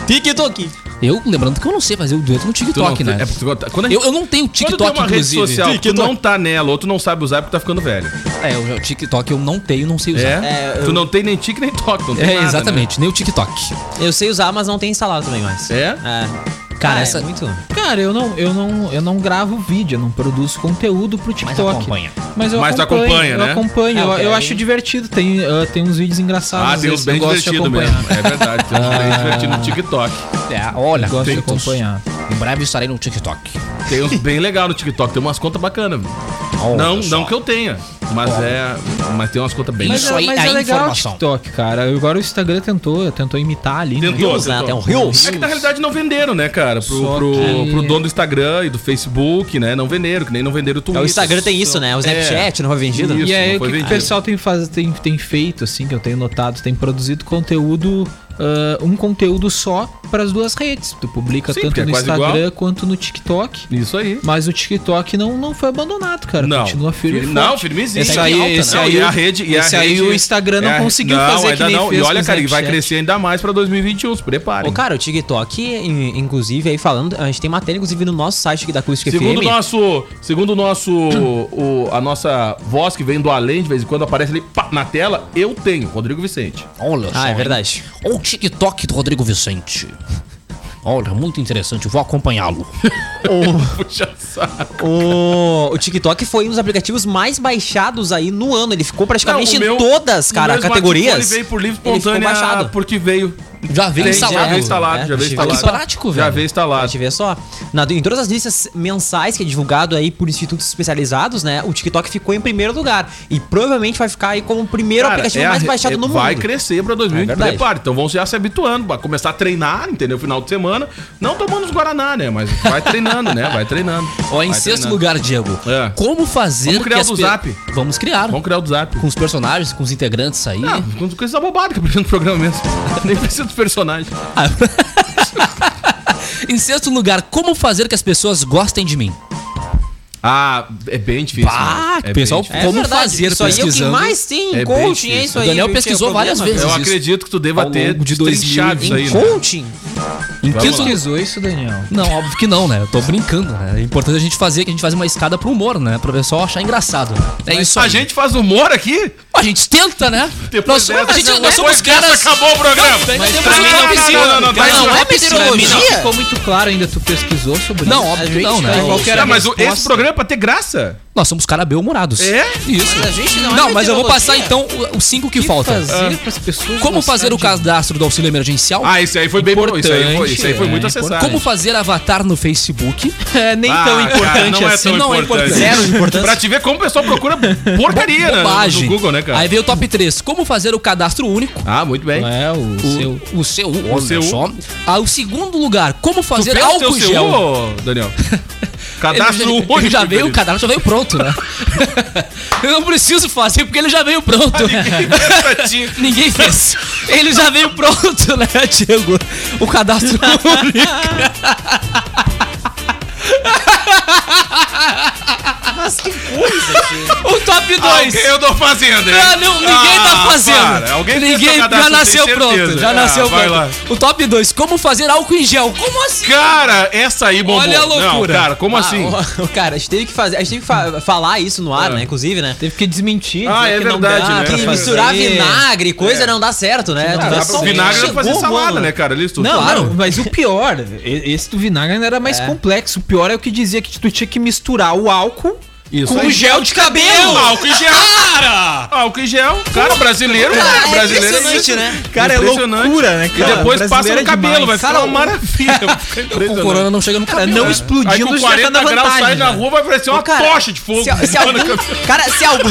H: TikTok.
I: Eu, lembrando que eu não sei fazer o dueto no
E: Tu não-
I: TikTok, né?
E: é, tu- quando a gente-
I: Eu, eu não tenho
E: Quando
I: TikTok,
E: tem uma rede
I: inclusive.
E: social, tu não tá nela, ou tu não sabe usar porque tá ficando velho.
I: É, o TikTok eu não tenho, não sei usar.
E: É?
H: É, eu-
E: Tu não tem nem tique nem toque, não tem
I: É,
E: nada, né?
I: exatamente, nem o TikTok.
H: Eu sei usar, mas não tem instalado também mais.
E: É?
H: É.
I: Cara,
H: Ah,
I: essa-
H: É muito...
G: Cara, eu não, eu não, eu não gravo vídeo, eu não produzo conteúdo pro TikTok.
I: acompanha.
G: Mas eu
E: Mas tu
G: acompanho,
E: acompanha,
G: eu
E: né?
G: acompanho,
I: É,
G: eu,
I: ok.
G: eu acho divertido, tem, ah, tem uns vídeos engraçados.
E: Ah,
G: às
E: tem uns
G: vezes, eu
E: bem
G: gosto de
E: divertidos mesmo.
G: acompanhar.
E: É verdade. Tem uns bem divertidos no TikTok.
I: É, olha,
G: Gosto de
I: feitos.
G: acompanhar.
I: Em breve estarei no TikTok.
E: Tem uns bem legal no TikTok. Tem umas contas bacanas. viu?
I: Olha
E: Não,
I: só.
E: não que eu tenha. Mas é. Mas tem umas contas bem
I: Mas
E: legais.
I: Isso aí é informação.
G: TikTok, cara. Agora o Instagram tentou, tentou imitar ali. né?
E: Tentou,
H: Reels, né?
E: tentou.
H: Tem um Reels.
E: É que na realidade não venderam, né, cara? Pro,
G: Só
E: pro,
G: que-
E: pro dono do Instagram e do Facebook, né? Não venderam, que nem não venderam o Twitter.
H: É, O Instagram tem isso, né? O Snapchat não foi vendido.
E: É. Isso,
G: E é aí,
E: não
G: o
E: foi
G: que, que o
E: vendido.
G: pessoal tem, faz, tem, tem feito, assim, que eu tenho notado, tem produzido conteúdo, ah, um conteúdo só para as duas redes. Tu publica
E: Sim, porque
G: tanto
E: é
G: no
E: quase
G: Instagram
E: igual.
G: quanto no TikTok.
E: Isso aí.
G: Mas o TikTok não, não foi abandonado, cara.
E: Não.
G: Continua firme. e
E: Firme-
G: forte.
E: Não, firme existe.
G: Esse
E: Tá em
G: aí,
E: alta, né?
G: esse
E: Não,
G: aí,
E: e a rede. E
G: esse
E: a
G: aí
E: rede-
G: o Instagram não
E: é,
G: conseguiu fazer
E: ainda
G: que nem
E: não.
G: fez
E: E
G: com
E: olha,
G: o
E: cara, e vai
G: Snapchat.
E: crescer ainda mais pra 2021. Se preparem.
H: Ô, cara, o TikTok, in- inclusive, aí falando, a gente tem matéria, inclusive, no nosso site aqui da Acústica
E: Segundo o
H: FM.
E: nosso, segundo o nosso, o- a nossa voz que vem do além de vez em quando aparece ali pá, na tela, eu tenho Rodrigo Vicente.
I: Olha só.
H: Ah, é
I: hein?
H: verdade.
I: Olha o TikTok do Rodrigo Vicente. Olha, muito interessante, vou acompanhá-lo.
E: Puxa saco.
H: O, o TikTok foi um dos aplicativos mais baixados aí no ano. Ele ficou praticamente
E: Não, o meu-
H: em Tá todas, cara,
E: o meu
H: categorias.
E: smartphone veio por livre
H: Ele ficou
E: espontânea
H: baixado.
E: porque veio.
I: Já veio
E: Tem, Já
I: instalado.
E: veio instalado,
H: né?
E: já veio
H: Ah, que
E: instalado.
I: prático,
E: Já
I: velho.
E: veio
H: Pra
E: instalado.
H: gente ver só. Na- em todas as listas mensais que é divulgado aí por institutos especializados, né? O TikTok ficou em primeiro lugar. E provavelmente vai ficar aí como o primeiro
E: Cara,
H: aplicativo
E: é a-
H: mais baixado
E: é-
H: no mundo.
E: Vai crescer pra 2020.
H: verdade.
E: Prepare. Então vão já se habituando, vai começar a treinar, entendeu? Final de semana. Não tomando os Guaraná, né? Mas vai treinando, né? Vai treinando.
I: Ó, em
E: Vai
I: sexto
E: treinando.
I: lugar, Diego.
E: É.
I: Como fazer
E: Vamos criar
I: que as
E: do
I: pe-
E: Zap.
I: Vamos criar.
E: Vamos criar o do zap.
I: Com os personagens, com os integrantes aí.
E: Ah, com com essa bobada que apareceu no programa mesmo. Nem precisa dos personagens.
I: Em sexto lugar, como fazer que as pessoas gostem de mim?
E: Ah, é bem difícil.
I: Bah,
E: né? é
I: pessoal,
E: bem difícil.
I: como
H: verdade,
I: fazer
H: Isso aí é o que
I: pesquisando?
H: mais tem em
E: É bem
H: coaching,
E: difícil.
H: é isso
I: O
H: aí.
I: Daniel
H: viu, que é o
I: pesquisou várias
H: problema.
I: vezes.
E: Eu
I: isso.
E: acredito que tu deva
I: Ao
E: ter
I: longo de
E: destrinchado
I: 2020.
E: É isso aí,
H: Em
E: né?
H: coaching?
I: Em que
M: Pesquisou isso, Daniel?
I: Não, óbvio que não, né? Eu tô brincando, né? É importante a gente fazer, que a gente faz uma escada pro humor, né? Pro pessoal achar engraçado. né? É isso
E: A
I: aí.
E: gente faz humor aqui?
I: A gente tenta, né?
E: Depois
I: nós,
E: dessa, né?
I: a gente, nós
E: depois
I: somos
E: dessa
I: caras...
E: acabou o programa.
I: Não,
E: Mas
I: temos
E: pra
I: um
E: mim não,
I: topzinho.
E: não, não, não,
I: Mas
E: não,
I: não
H: não
I: é
H: é
I: meteorologia.
H: meteorologia?
M: Ficou muito claro ainda, tu pesquisou sobre
I: Não,
M: isso?
I: óbvio
M: A
I: que
M: gente
I: não, né?
M: tá em qual que era
E: Ah,
M: a
E: mas o- esse
M: resposta.
E: programa é pra ter graça.
I: Nós somos caras bem-humorados.
E: É?
I: Isso.
H: Mas a gente não é
I: Não, mas eu vou
H: meteorologia.
I: passar então o- os cinco que, faltam.
M: fazer pras pessoas
I: Como
M: gostarem
I: fazer o
M: de-
I: cadastro do auxílio emergencial?
E: Ah, isso aí foi bem bom. Isso aí foi, isso aí foi
M: Importante,
E: muito
M: é,
E: acessado.
I: Como fazer avatar no Facebook?
M: É, nem tão
E: Ah, cara,
M: importante
E: não
M: assim.
E: É tão
I: não é
E: importante.
I: importante. Zero
E: importante. pra te ver como o pessoal procura porcaria né, no,
I: Bobagem.
E: no Google, né, cara?
I: Aí veio o top 3. Como fazer o cadastro único?
E: Ah, muito bem.
M: Não é o, seu.
I: O, o seu, olha
E: seu.
I: só. Ah, o segundo lugar, como
E: Tu
I: fazer
E: fez o teu
I: álcool em gel?
E: CU, Daniel? Cadastro
I: ele, já- ele
E: único,
I: já veio, o
E: querido.
I: cadastro já veio pronto, né? Eu não preciso fazer porque ele já veio
E: Ah,
I: pronto. Ninguém fez. Ele já veio pronto, né, Diego? O cadastro único.
H: Mas que coisa, gente.
I: O top 2.
E: Eu tô fazendo, hein?
I: Ah, não, ninguém
E: Ah,
I: tá fazendo.
E: para. Alguém fez
I: ninguém
E: seu cadastro,
I: já nasceu
E: tenho
I: pronto.
E: certeza.
I: Já
E: Ah,
I: nasceu
E: vai
I: pronto.
E: lá.
I: O top 2, como fazer álcool em gel? Como assim?
E: Cara, essa aí bombou.
I: Olha a loucura.
E: Não, cara, como
H: Ah,
E: assim?
H: o- cara, a gente teve que fazer, a gente teve que fa- falar isso no ar, né? Inclusive, né?
M: Teve que desmentir.
E: Ah, é
M: dizer que não
E: verdade,
M: dá
E: né?
M: pra
H: E
E: Tem
M: fazer.
H: misturar vinagre, e coisa não dá certo, né? Tu
E: Dá
H: vê
E: pra-
H: só-
M: um
I: um
E: vinagre dá pra fazer
H: chegou,
E: salada,
H: mano.
E: né, cara? Ali, tu,
M: Não,
E: claro.
M: não, mas o pior, e- esse do vinagre ainda era mais complexo. O pior é o que dizia que tu tinha que misturar o álcool
E: Isso
M: com
E: aí.
M: o gel de cabelo.
E: É Álcool em gel. Cara! Álcool em gel. Cara, brasileiro. né?
H: Cara, é
E: brasileiro
H: impressionante, né?
M: Cara, é
E: Impressionante.
M: loucura, né, cara?
E: E depois passa no
M: Brasileiro é
E: cabelo, vai
M: demais.
E: ficar uma maravilha. Fica
I: O
E: impressionante.
I: corona não chega no
H: Tá
I: cabelo.
M: não
I: né?
E: Aí
M: explodindo
E: com
M: já tá
E: 40
M: na
E: graus sai
M: vantagem.
E: na
M: né?
E: rua, vai parecer uma
H: Ô, cara,
E: tocha de fogo.
H: Se, se algum, cara, se algum.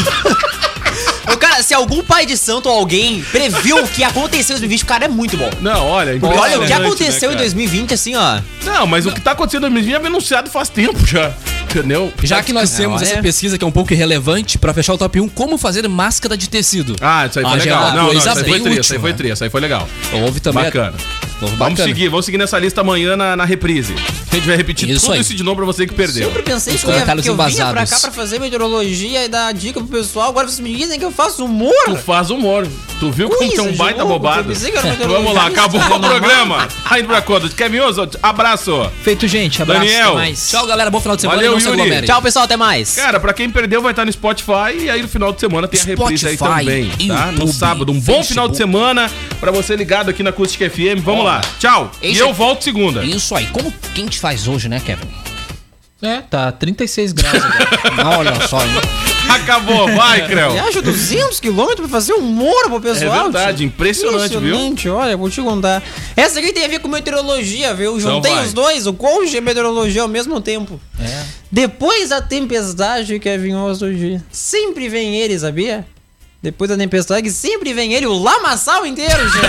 H: Ô, cara, se algum pai de santo ou alguém previu o que aconteceu em 2020, o cara é muito bom.
E: Não, olha.
H: Porque olha o que
E: impressionante, né,
H: aconteceu em
E: cara?
H: 2020, assim, ó.
E: Não, mas o que tá acontecendo em 2020 é anunciado faz tempo já. Entendeu?
I: Já que nós temos
H: olha.
I: essa pesquisa que é um pouco irrelevante, pra fechar o top 1, como fazer máscara de tecido?
E: Ah, isso aí foi
I: Ah, já é
E: legal.
I: uma
E: Não, não,
I: coisa
E: isso aí foi
I: bem
E: tri,
I: útil,
E: isso aí foi
I: né?
E: tri, isso aí foi legal.
I: Houve também.
E: Bacana.
I: Houve
E: Vamos
I: bacana.
E: seguir, vamos seguir nessa lista amanhã na, na reprise. A gente vai repetir
I: Isso
E: tudo
I: aí.
E: isso de novo pra você que perdeu.
H: Sempre pensei
I: Os
H: que eu, ia,
I: comentários
H: que eu vinha pra
I: embasados.
H: cá pra fazer meteorologia e dar dica pro pessoal. Agora vocês me dizem que eu faço humor.
E: Tu faz humor. Tu viu como tu é um
H: Coisa,
E: baita
H: Diogo,
E: bobado.
H: eu pensei que era meteorologista.
E: Vamos lá, acabou
I: é
E: o programa. Tá indo pra conta. Quer me usar? Abraço.
M: Feito, gente. Abraço.
E: Daniel.
M: até mais.
I: Tchau, galera. Bom final de semana.
E: Valeu,
I: e não se
E: Yuri.
I: aglomerem.
H: Tchau, pessoal, até mais.
E: Cara, pra quem perdeu, vai estar no Spotify e aí no final de semana tem a reprise aí
I: Spotify,
E: também, tá? No
I: YouTube,
E: sábado. Um bom final de
I: Facebook.
E: semana pra você ligado aqui na Acústica FM. Vamos lá. Tchau. E
I: Esse- é-
E: eu volto segunda.
I: Isso aí. Como quem te faz hoje, né, Kevin?
M: É, tá 36 graus agora.
I: Olha só, hein?
E: Acabou. Vai, Creu.
H: Viaja 200 quilômetros pra fazer humor pro pessoal.
E: É verdade,
H: tio.
E: impressionante, viu?
H: Impressionante, olha, vou te contar. Essa aqui tem a ver com meteorologia, viu?
E: Então
H: Juntei
E: vai.
H: os dois, o conge e a meteorologia ao mesmo tempo.
M: É.
H: Depois da tempestade que é vinhoso hoje, sempre vem ele, sabia? Depois da tempestade, sempre vem ele, o lamaçal inteiro, gente.